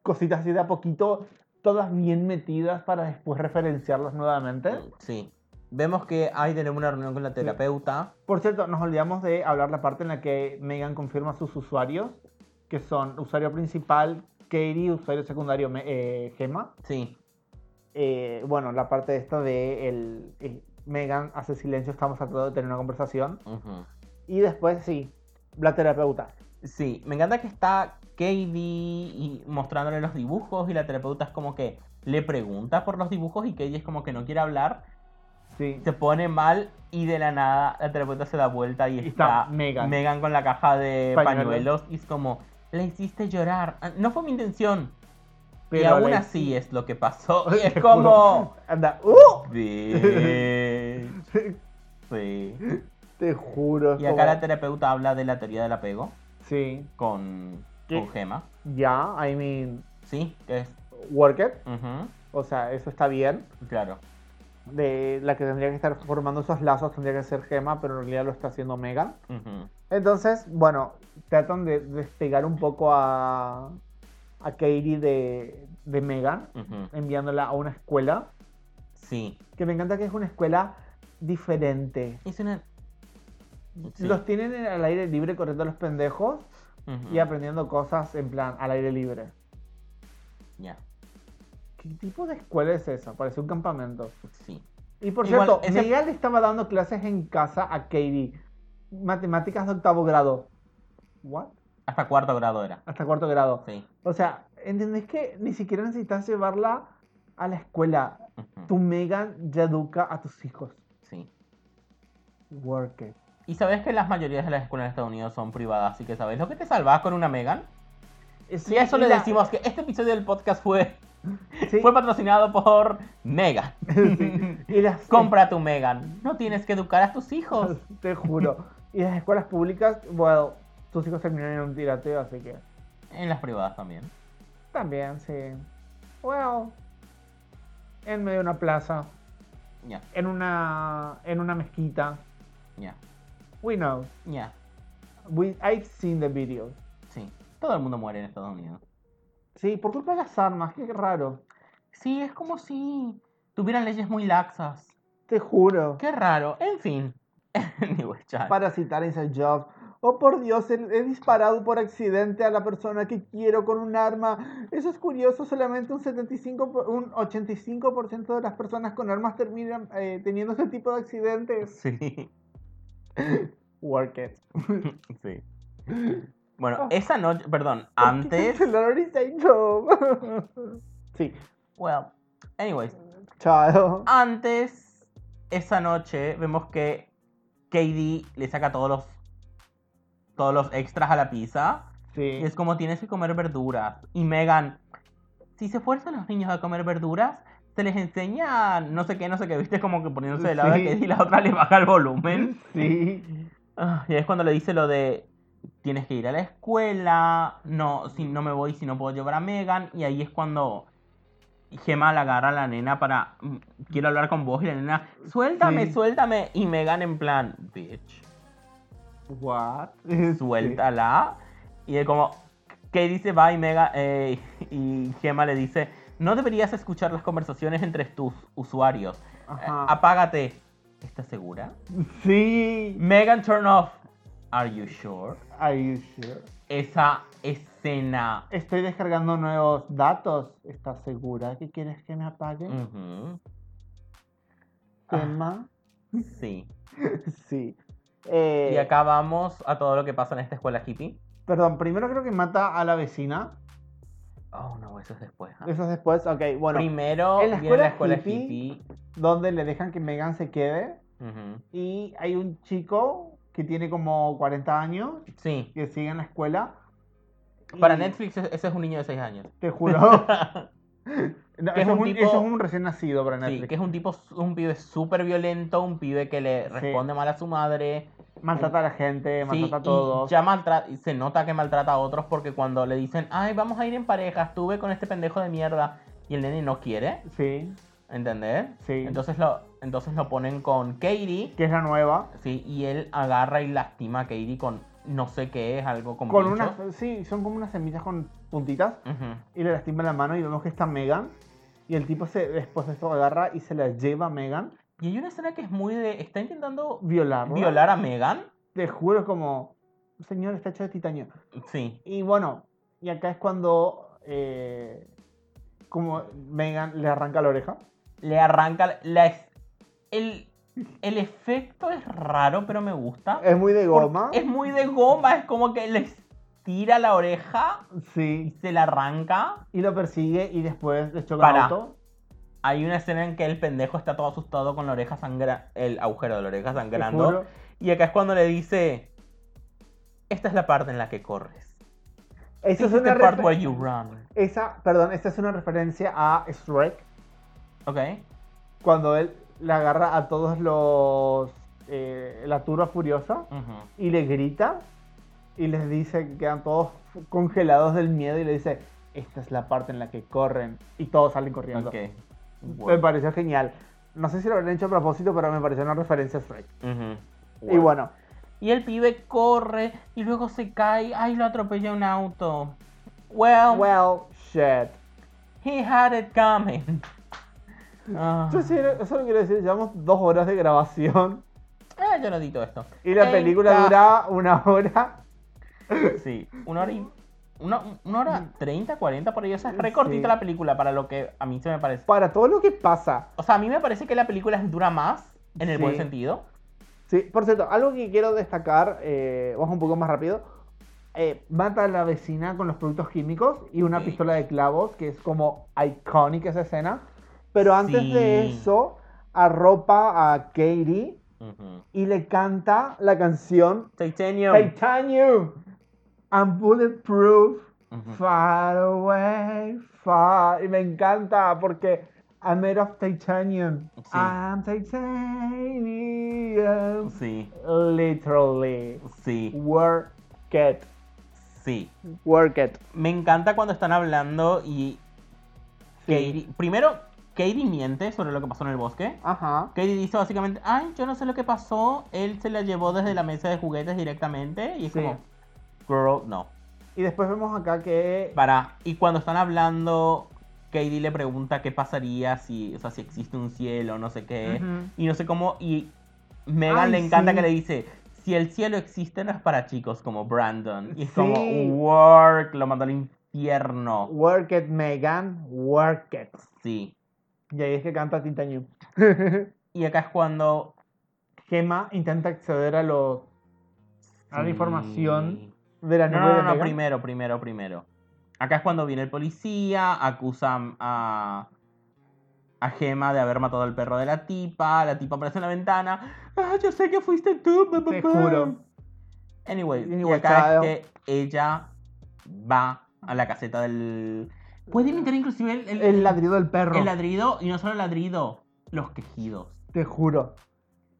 cositas así de a poquito, todas bien metidas para después referenciarlas nuevamente. Sí. Vemos que ahí tenemos una reunión con la terapeuta. Por cierto, nos olvidamos de hablar la parte en la que Megan confirma sus usuarios, que son usuario principal, Katie, usuario secundario, me- eh, Gemma. Sí. Eh, bueno, la parte esta de el, eh, Megan hace silencio, estamos tratando de tener una conversación. Ujú. Y después, sí, la terapeuta. Sí, me encanta que está Katie y mostrándole los dibujos y la terapeuta es como que le pregunta por los dibujos y Katie es como que no quiere hablar, Sí. se pone mal y de la nada la terapeuta se da vuelta y Y está, está Megan. con la caja de Pañuelos. pañuelos y es como, la hiciste llorar. Ah, No fue mi intención. y Pero aún le- así es lo que pasó. Y es Te como... juro. Anda, ¡uh! "Bitch". Sí. Te juro. es Y acá la como- terapeuta habla de la teoría del apego Sí. con, ¿Qué? con Gema. Ya, I mean, Sí, que es. work it. ujú, O sea, eso está bien. Claro. de la que tendría que estar formando esos lazos tendría que ser Gema, pero en realidad lo está haciendo Megan. ujú. Entonces, bueno, tratan de despegar un poco a, a Katie de, de Megan, Ujú, enviándola a una escuela, Sí. que me encanta que es una escuela diferente. Es una. Sí, Los tienen en- al aire libre corriendo a los pendejos ujú, y aprendiendo cosas en plan al aire libre. ya, ¿Qué tipo de escuela es esa? Parece un campamento. Sí. Y por Igual, cierto, ese- Miguel estaba dando clases en casa a Katie. Matemáticas de octavo grado. ¿What? Hasta cuarto grado era. Hasta cuarto grado. Sí. O sea, ¿entendés que ni siquiera necesitas llevarla a la escuela? ujú, Tu Megan ya educa a tus hijos. Sí. Work it. Y sabes que las mayorías de las escuelas en Estados Unidos son privadas, así que sabes lo que te salvas con una Megan. y a eso le mira. decimos que este episodio del podcast fue, Sí. fue patrocinado por Megan. Y las, Compra tu Megan. No tienes que educar a tus hijos. Te juro. Y las escuelas públicas, bueno, tus hijos terminaron en un tiroteo, así que. En las privadas también. También, sí. Bueno. En medio de una plaza. Ya, En una. En una mezquita. ya, We know. ya. We, I've seen the videos. Sí. Todo el mundo muere en Estados Unidos. Sí, por culpa de las armas, qué raro. Sí, es como si tuvieran leyes muy laxas. Te juro. Qué raro. En fin. Anyway, chat. Parasitar Inside Job. Oh por Dios, he, he disparado por accidente a la persona que quiero con un arma. Eso es curioso, solamente un 75, por- un 85% de las personas con armas terminan eh, teniendo este tipo de accidentes. Sí. Work it. Sí. Bueno, esa noche, perdón, antes. Cancelaron Inside Job. sí, Well, anyways, chao. Ah, antes esa noche vemos que KD le saca todos los todos los extras a la pizza y Sí. es como tienes que comer verduras y Megan si se fuerzan los niños a comer verduras se les enseña no sé qué no sé qué viste como que poniéndose de lado Sí. que y la otra le baja el volumen Sí. Ah, y es cuando le dice lo de tienes que ir a la escuela, no, si no me voy, si no puedo llevar a Megan, y ahí es cuando Gemma la agarra a la nena para "Mm, quiero hablar con vos y la nena, suéltame, Sí. suéltame, y Megan en plan, bitch, What? suéltala. Y él como, ¿qué dice? Va y Mega eh, y Gemma le dice, no deberías escuchar las conversaciones entre tus usuarios. Eh, Ajá. apágate. ¿Estás segura? Sí. Megan, turn off. Are you sure? Are you sure? esa escena. Estoy descargando nuevos datos. ¿Estás segura que quieres que me apague? Mm. Ujú. Ah. Tema. Sí. Sí. Eh, Y acá vamos a todo lo que pasa en esta escuela hippie. Perdón, primero creo que mata a la vecina. Oh, no, eso es después. ¿ah? Eso es después. Ok, bueno. Primero en la viene la escuela escuela hippie- hippie. Donde le dejan que Megan se quede. Ujú. Y hay un chico que tiene como 40 años Sí. que sigue en la escuela. Y Para Netflix, e- ese es un niño de 6 años. Te juro. No, Que es eso, es un un, tipo- eso es un recién nacido para Sí, Netflix. que es un tipo, un pibe súper violento, un pibe que le responde mal a su madre. Maltrata a la gente, Sí, maltrata a y todos. ya maltra- y se nota que maltrata a otros porque cuando le dicen, ay, vamos a ir en pareja, estuve con este pendejo de mierda y el nene no quiere, Sí, ¿entendés? sí. Entonces lo, entonces lo ponen con Katie. que es la nueva. Sí, y él agarra y lastima a Katie con no sé qué es, algo con Con bicho. unas, sí, son como unas semillas con puntitas Ujú. y le lastima la mano y vemos que está Megan y el tipo se, después de esto agarra y se la lleva a Megan, Y hay una escena que es muy de. Está intentando violarla. violar a Megan. Te juro es como, señor, está hecho de titanio. Sí. Y bueno, y acá es cuando eh, como Megan le arranca la oreja. Le arranca. La, es- el, el efecto es raro, pero me gusta. Es muy de Porque goma. Es muy de goma, es como que le tira la oreja y Sí. se la arranca. Y lo persigue y después le choca el Para. auto. Hay una escena en que el pendejo está todo asustado con la oreja sangrando. El agujero de la oreja te sangrando. juro. Y acá es cuando le dice, esta es la parte en la que corres. Esa es This is una the este part refer- where you run. esa, perdón, esta es una referencia a Shrek. ¿Ok? cuando él le agarra a todos los. eh, la turba furiosa Ujú. y le grita y les dice que quedan todos congelados del miedo y le dice: Esta es la parte en la que corren y todos salen corriendo. Ok. Me Wow. pareció genial. No sé si lo habrán hecho a propósito, pero me pareció una referencia a Shrek. Ujú. Y Wow. bueno, Y el pibe corre y luego se cae. Ay, lo atropella un auto. Well, well, shit. he had it coming. Ah. Yo sí, eso lo quiero decir, llevamos dos horas de grabación Ah, yo no edito esto. y la En película ca- dura una hora. Sí, una hora y... Una, una hora 30, 40 por ahí. O sea, es re Mm. Sí. cortita la película para lo que a mí se me parece. Para todo lo que pasa, O sea, a mí me parece que la película dura más, en el Sí. buen sentido. Sí, por cierto, algo que quiero destacar, eh, vamos un poco más rápido. eh, mata a la vecina con los productos químicos y una Sí. pistola de clavos, que es como icónica esa escena. Pero antes Sí. de eso, arropa a Katie y le canta la canción Titanium. Titanium and Bulletproof Ujú. Far away, far. Y me encanta porque I'm made of titanium. Sí. I'm titanium. Sí, Literally. sí, Work it. sí. Work it. Me encanta cuando están hablando y. Katie. Primero, Katie miente sobre lo que pasó en el bosque. Ajá. Katie dice básicamente, ay, yo no sé lo que pasó, él se la llevó desde la mesa de juguetes directamente y es Sí. como, girl, no, Y después vemos acá que. para. Y cuando están hablando, Katie le pregunta qué pasaría si, o sea, si existe un cielo, no sé qué, Ujú. y no sé cómo, y Megan Ay, le encanta sí. que le dice, si el cielo existe no es para chicos como Brandon, y es Sí. como, work, lo mandó al infierno, Work it, Megan. Work it. sí. Y ahí es que canta Titanium. Y acá es cuando... Gemma intenta acceder a los. a la sí. información de la No, nube de no, no, no, Megan. primero, primero, primero. Acá es cuando viene el policía, acusan a, a Gema de haber matado al perro de la tipa, la tipa aparece en la ventana. Ah, yo sé que fuiste tú, pa, pa, Te pa". juro. Anyway, y Anyway, acá child. es que ella va a la caseta del... Pueden imitar inclusive el, el- El ladrido del perro. el ladrido, y no solo el ladrido, los quejidos. Te juro.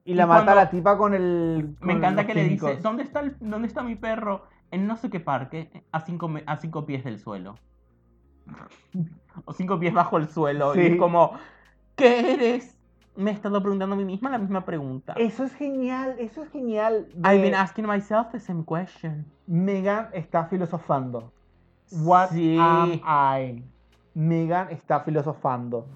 Y la Y mata cuando- la tipa con el. Me con encanta los que le dice, químicos. ¿dónde está, el- ¿dónde está mi perro? En no sé qué parque, a cinco, me- a cinco pies del suelo. O cinco pies bajo el suelo. Y Sí. es como, ¿qué eres? Me he estado preguntando a mí misma la misma pregunta. Eso es genial, eso es genial. de- I've been asking myself the same question. Megan está filosofando. What Sí. am I? Megan está filosofando.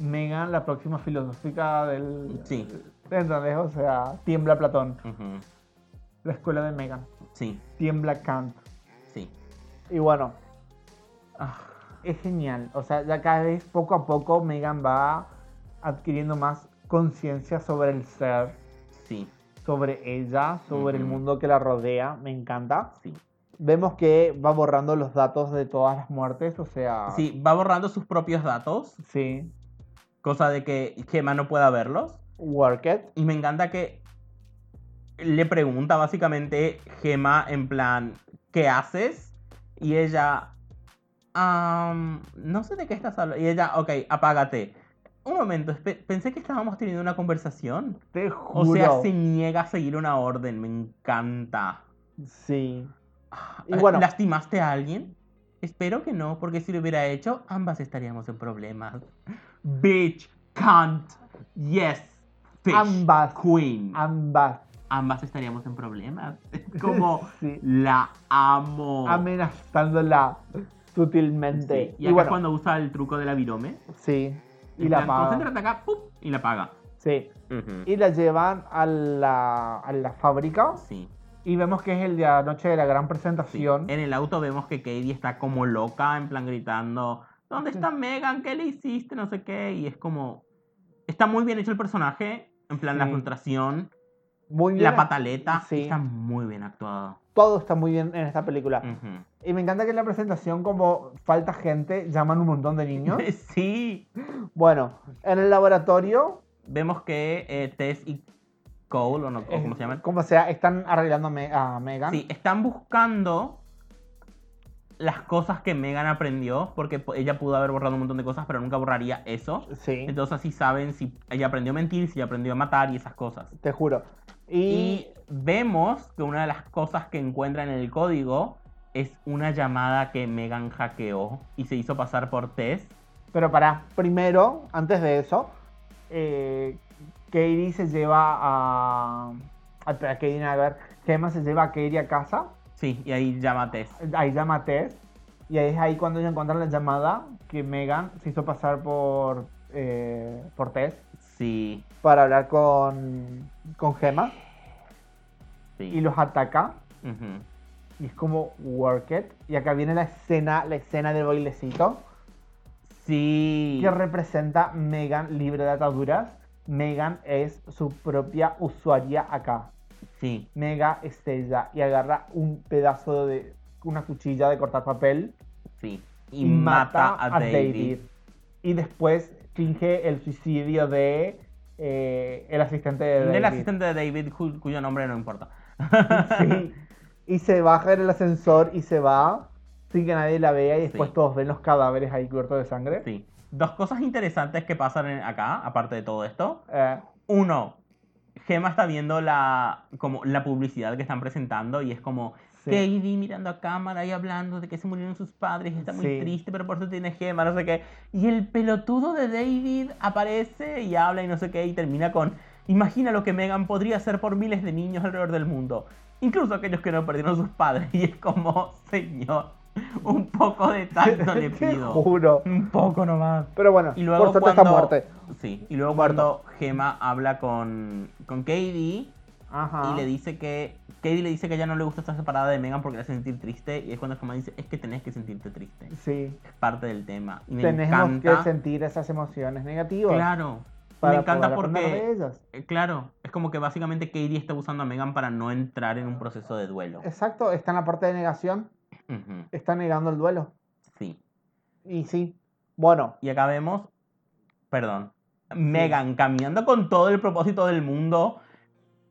Megan, la próxima filosófica del. Sí. ¿Entendés? O sea, tiembla Platón. Ujú. La escuela de Megan. Sí, Tiembla Kant. sí. Y bueno, Ah, es genial. O sea, ya cada vez poco a poco Megan va adquiriendo más conciencia sobre el ser, sí, sobre ella, sobre el Ujú. mundo que la rodea. Me encanta. sí. Vemos que va borrando los datos de todas las muertes, o sea. Sí, va borrando sus propios datos, Sí. cosa de que Gemma no pueda verlos. Work it. Y me encanta que le pregunta básicamente Gema en plan, ¿qué haces? Y ella, "Am, no sé de qué estás hablando. Y ella, ok, apágate. Un momento, espe- pensé que estábamos teniendo una conversación. Te O juro. sea, se niega a seguir una orden, me encanta. Sí. Ah, Y bueno. ¿Lastimaste a alguien? Espero que no, porque si lo hubiera hecho, ambas estaríamos en problemas. Bitch, cunt, yes, fish, Ambas. queen Ambas. ambas estaríamos en problemas. Es como Sí. la amo. Amenazándola sutilmente. Sí, Y acá es cuando usa el truco de la virome. Sí. Y la paga. Concéntrate acá, ¡pum! y la paga. Sí. Y la llevan a la, a la fábrica. Sí, Y vemos que es el de la noche de la gran sí. presentación. En el auto vemos que Katie está como loca, en plan gritando, ¿dónde está Megan? ¿Qué le hiciste? No sé qué. Y es como, está muy bien hecho el personaje, en plan la Sí. frustración, Muy bien. la pataleta, Sí. está muy bien actuado. Todo está muy bien en esta película. Ujú. Y me encanta que en la presentación, como falta gente, llaman un montón de niños. Sí. bueno, en el laboratorio, Vemos que eh, Tess y Cole, o no, o eh, ¿cómo se llaman? como sea, están arreglando a, Me- a Megan. Sí, están buscando las cosas que Megan aprendió, porque po- ella pudo haber borrado un montón de cosas, pero nunca borraría eso. Sí, Entonces así saben si ella aprendió a mentir, si aprendió a matar y esas cosas. te juro. Y, Y vemos que una de las cosas que encuentran en el código es una llamada que Megan hackeó y se hizo pasar por Tess. Pero para, primero, antes de eso, eh, Katie se lleva a. a- a Katie nada que ver. Gemma se lleva a Katie a casa. Sí, y ahí llama a Tess. Ahí llama a Tess. Y ahí es ahí cuando ellos encuentran la llamada que Megan se hizo pasar por. eh, por Tess. Sí, Para hablar con. con Gemma. sí. Y los ataca. Ujú. Y es como work it. Y acá viene la escena, la escena del bailecito. Sí. que representa Megan libre de ataduras. Megan es su propia usuaria acá. Sí. Mega es ella y agarra un pedazo de una cuchilla de cortar papel Sí. Y, mata, a, David. Y después finge el suicidio de eh, el asistente de David. Del asistente de David, cu- cuyo nombre no importa. Sí. Y se baja en el ascensor y se va. sin que nadie la vea y después Sí. todos ven los cadáveres ahí cubiertos de sangre. Sí. Dos cosas interesantes que pasan en- acá, aparte de todo esto. Eh, Uno, Gemma está viendo la, como, la publicidad que están presentando y es como sí. Katie mirando a cámara y hablando de que se murieron sus padres y está muy Sí. triste, pero por eso tiene Gemma, no sé qué. Y el pelotudo de David aparece y habla y no sé qué y termina con Imagina lo que Megan podría hacer por miles de niños alrededor del mundo, incluso aquellos que no perdieron sus padres. Y es como, señor, un poco de tanto le Te pido. juro. Un poco nomás. Pero bueno, Y luego por suerte cuando... está muerte. Sí, y luego Muerto. cuando Gemma habla con, con Katie Ajá. y le dice que... Katie le dice que ya no le gusta estar separada de Megan porque la hace sentir triste y es cuando Gemma dice, es que tenés que sentirte triste. Sí, Es parte del tema. Y me tenemos que encanta. sentir esas emociones negativas. Claro. para me encanta poder aprender de porque... ellas. eh, Claro, es como que básicamente Katie está usando a Megan para no entrar en un proceso de duelo. Exacto, está en la parte de negación, Ujú, está negando el duelo. Sí. Y sí, bueno, Y acá vemos, perdón, Megan caminando con todo el propósito del mundo,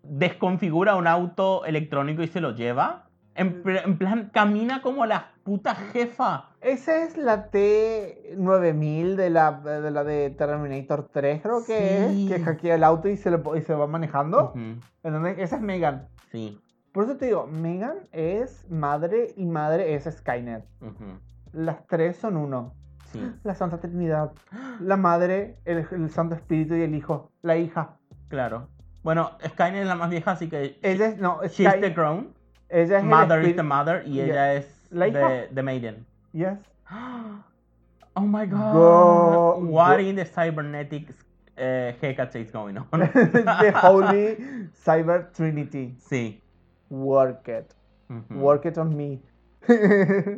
desconfigura un auto electrónico y se lo lleva. Mm. En, pl- en plan, camina como la puta jefa. esa es la T9000 de la de, la de Terminator 3, creo que Sí. es, que hackea el auto y se, lo, y se va manejando. Ujú, Entonces, esa es Megan. Sí. Por eso te digo, Megan es madre y madre es Skynet. ujú, Las tres son uno. Sí. La Santa Trinidad, la madre, el, el Santo Espíritu y el hijo, la hija. Claro. Bueno, Skynet es la más vieja, así que. Ella es, no, She's Sky- the crown, ella es el este mother este is espíritu- the mother, y Yeah. ella es La hija. the, the maiden. Yes. Oh my god. Go- What go- in the cybernetic eh, hecate is going on? The Holy Cyber Trinity. Sí. Work it. ujú. Work it on me.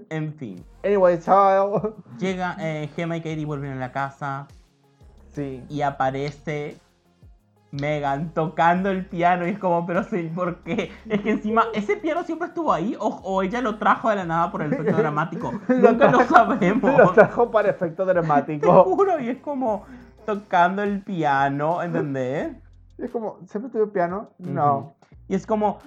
En fin. anyway, child. Llega eh, Gemma y Katie vuelven a la casa Sí. y aparece Megan tocando el piano y es como, pero sí, ¿por qué? Es que encima, ¿ese piano siempre estuvo ahí o, o ella lo trajo de la nada por el efecto dramático? Lo Nunca lo trajo- sabemos. Lo trajo para efecto Te dramático. juro, y es como tocando el piano, ¿entendés? es como, ¿siempre tuve piano? No. Y es como,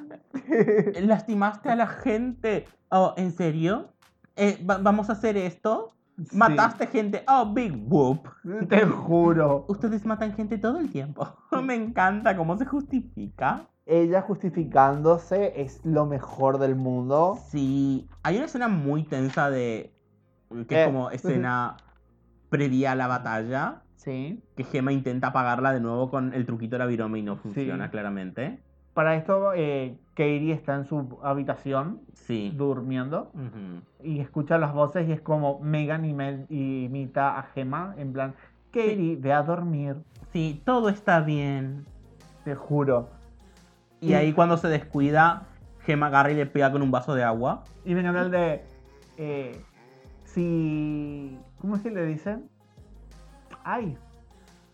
lastimaste a la gente. Oh, ¿en serio? Eh, va- ¿Vamos a hacer esto? Sí. ¿Mataste gente? Oh, big whoop. Te juro. Ustedes matan gente todo el tiempo. Me encanta cómo se justifica. Ella justificándose es lo mejor del mundo. Sí, hay una escena muy tensa de... mm, Que Eh. es como escena previa a la batalla. Sí. Que Gemma intenta apagarla de nuevo con el truquito de la viroma y no funciona Sí. claramente. Para esto, eh, Katie está en su habitación Sí. durmiendo. Ujú. y escucha las voces y es como Megan y Mel- y imita a Gemma en plan, Katie, ve a dormir, Sí, todo está bien. te juro. Y ahí cuando se descuida, Gemma agarra y le pega con un vaso de agua. Y viene a hablar de, eh, si, ¿cómo es que le dicen? Ay,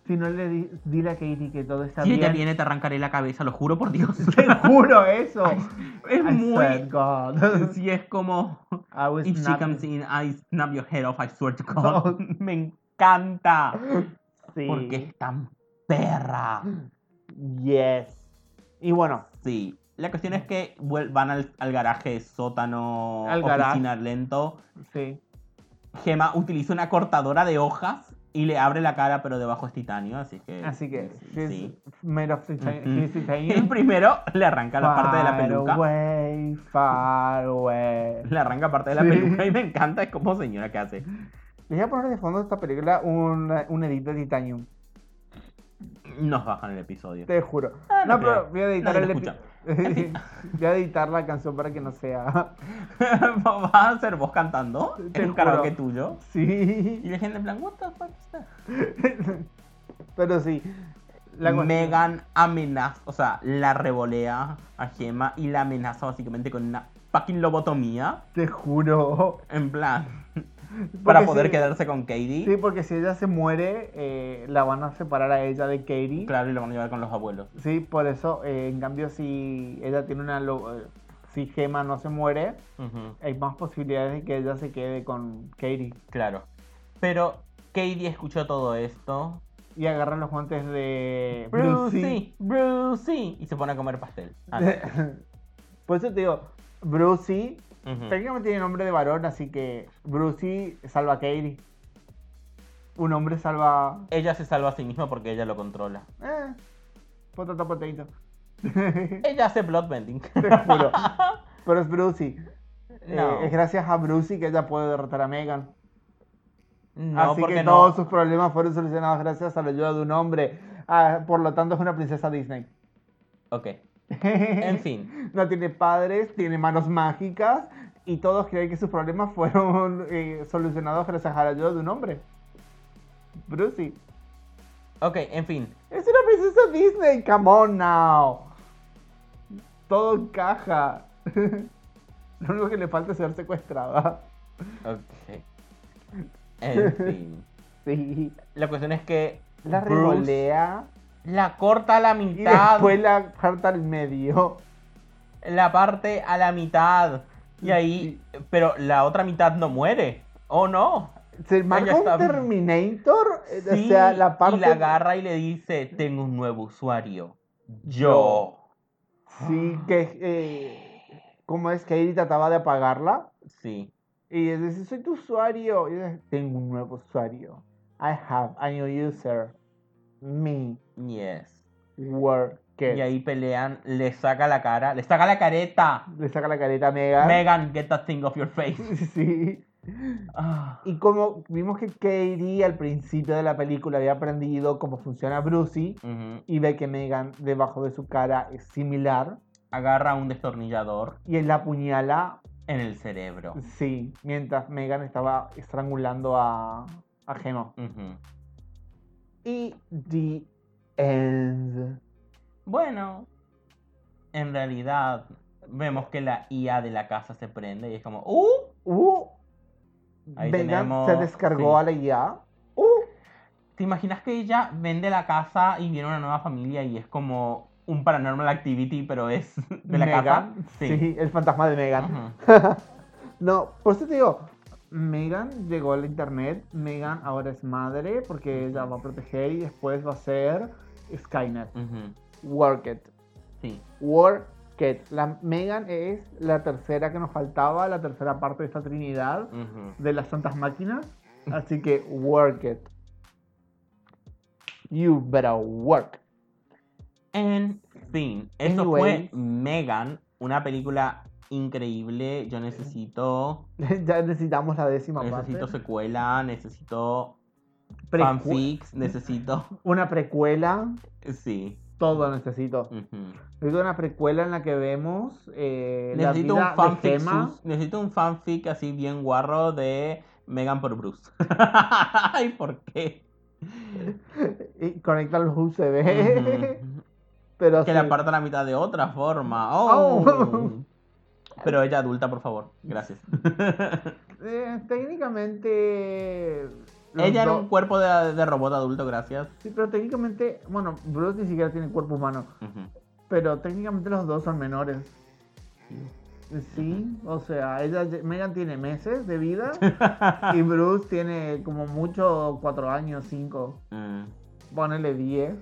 si no le di, dile a Katie que todo está Si bien. ella viene, te arrancaré la cabeza, lo juro por Dios. Te juro eso. I es swear Pues muy... God. Sí, es como... I was If she not- comes in, I snap your head off, I swear to God. Me encanta. Sí. Porque es tan perra. Yes. Y bueno, Sí. La cuestión es que vuel- van al, al garaje sótano, Al garaje. oficina lento. sí. Gema utiliza una cortadora de hojas y le abre la cara, pero debajo es titanio, así que. Así que, she's Sí. made of titan- Ujú. she's titanium. El primero le arranca la parte de la peluca. Away, far away. Le arranca parte de la Sí. peluca y me encanta, es como señora que hace. Les voy a poner de fondo de esta película un, un edit de Titanium. Nos bajan el episodio. Te juro. Ah, no no, pero creo. voy a editar el Nadie lo epi- Voy a editar la canción para que no sea. ¿Vas a ser vos cantando? Te en un juro. karaoke tuyo. Y Sí. la gente en plan, what the fuck is that? Pero sí. La cuestión- Megan amenaza, o sea, la revolea a Gemma y la amenaza básicamente con una fucking lobotomía. Te juro. En plan, para Porque poder sí. quedarse con Katie. Sí, porque si ella se muere, eh, la van a separar a ella de Katie. Claro, y lo van a llevar con los abuelos. Sí, por eso. eh, en cambio, si ella tiene una. lo- eh, si Gemma no se muere, hay más posibilidades de que ella se quede con Katie. Claro. Pero Katie escuchó todo esto. Y agarra los guantes de Brucey, Brucey. Y se pone a comer pastel. Ah, Por eso te digo, Brucey Ujú. Técnicamente tiene nombre de varón, así que Brucey salva a Katie. Un hombre salva. Ella se salva a sí misma porque ella lo controla. Eh, potato potato. Ella hace bloodbending. Te juro. Pero es Brucey. Eh, No. es gracias a Brucey que ella puede derrotar a Megan. No, así porque que no. todos sus problemas fueron solucionados gracias a la ayuda de un hombre. Ah, por lo tanto, es una princesa Disney. Ok. En en fin. No tiene padres, tiene manos mágicas y todos creen que sus problemas fueron eh, solucionados gracias a la ayuda de un hombre. Brucey. Ok, en fin. Es una princesa Disney, come on now. Todo encaja. Lo único que le falta es ser secuestrada. Ok. En fin. Sí. La cuestión es que. La Bruce revolea La corta a la y mitad. después la carta al medio. La parte a la mitad. Y ahí. Pero la otra mitad no muere. ¿O no? Se marca está. un Terminator. eh, Sí, o sea, la parte. Y la agarra y le dice: Tengo un nuevo usuario. Yo. Sí, que. Eh, ¿Cómo es que Katie trataba de apagarla? Sí. Y ella dice, soy tu usuario. Y ella, tengo un nuevo usuario. I have a new user. Me. Yes. Work. Y ahí pelean, le saca la cara, le saca la careta. Le saca la careta a Megan. Megan, get that thing off your face. Sí. Ah, Y como vimos que Katie al principio de la película había aprendido cómo funciona Brucey ujú. y ve que Megan debajo de su cara es similar Agarra un destornillador y él la apuñala, en el cerebro. sí, mientras Megan estaba estrangulando a, a Gemma. Ujú. Y the end. Bueno, en realidad vemos que la IA de la casa se prende y es como, ¡Uh! Uh, Ahí Megan tenemos- se descargó sí. a la IA. Uh, ¿Te imaginas que ella vende la casa y viene una nueva familia y es como un paranormal activity, pero es de la Megan. casa? Sí. el fantasma de Megan. Ujú. No, por eso te digo, Megan llegó al internet, Megan ahora es madre porque ella va a proteger y después va a ser Skynet. Ujú. Work it. Sí. Work it. La Megan es la tercera que nos faltaba, la tercera parte de esta trinidad Ujú. de las santas máquinas. Así que work it. You better work. En fin, eso Anyways. fue Megan, una película increíble. Yo necesito, ya necesitamos la décima necesito parte. secuela, necesito Precu- fanfics, necesito, Una precuela. sí, Todo necesito. ujú. Necesito una precuela en la que vemos eh, la necesito vida un fanfic, de Gemma. sus- necesito un fanfic así bien guarro de Megan por Bruce. Ay, ¿por qué? Y conecta los USB. Ujú. Pero Que sí. la parta a la mitad de otra forma. Oh. Oh. Pero ella adulta, por favor. Gracias. Eh, técnicamente. los Ella era dos- un cuerpo de, de robot adulto, gracias. Sí, pero técnicamente. Bueno, Bruce ni siquiera tiene cuerpo humano. Ujú. Pero técnicamente los dos son menores. Sí, o sea, ella, Megan tiene meses de vida y Bruce tiene como mucho cuatro años, cinco, Mm. ponele 10.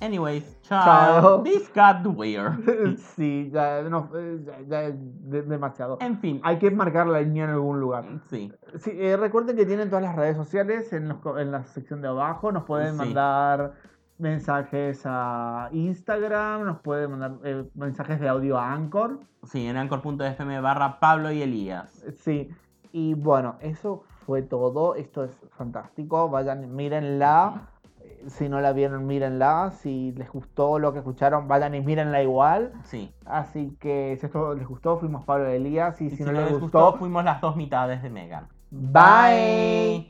Anyways, Chao. chao. This got weird. Sí, ya, no, eh, ya- ya es de- demasiado. En fin, Hay que marcar la línea en algún lugar. sí. Sí, eh, recuerden que tienen todas las redes sociales en, los co- en la sección de abajo. Nos pueden Sí. mandar mensajes a Instagram, nos pueden mandar eh, mensajes de audio a Anchor. Sí, en anchor.fm barra Pablo y Elías. Sí, y bueno, eso fue todo. Esto es fantástico. Vayan, mírenla. Eh, Si no la vieron, mírenla. Si les gustó lo que escucharon, vayan y mírenla igual. Sí. Así que si esto les gustó, fuimos Pablo y Elías. Y, si, no, les les gustó, fuimos las dos mitades de Megan. bye.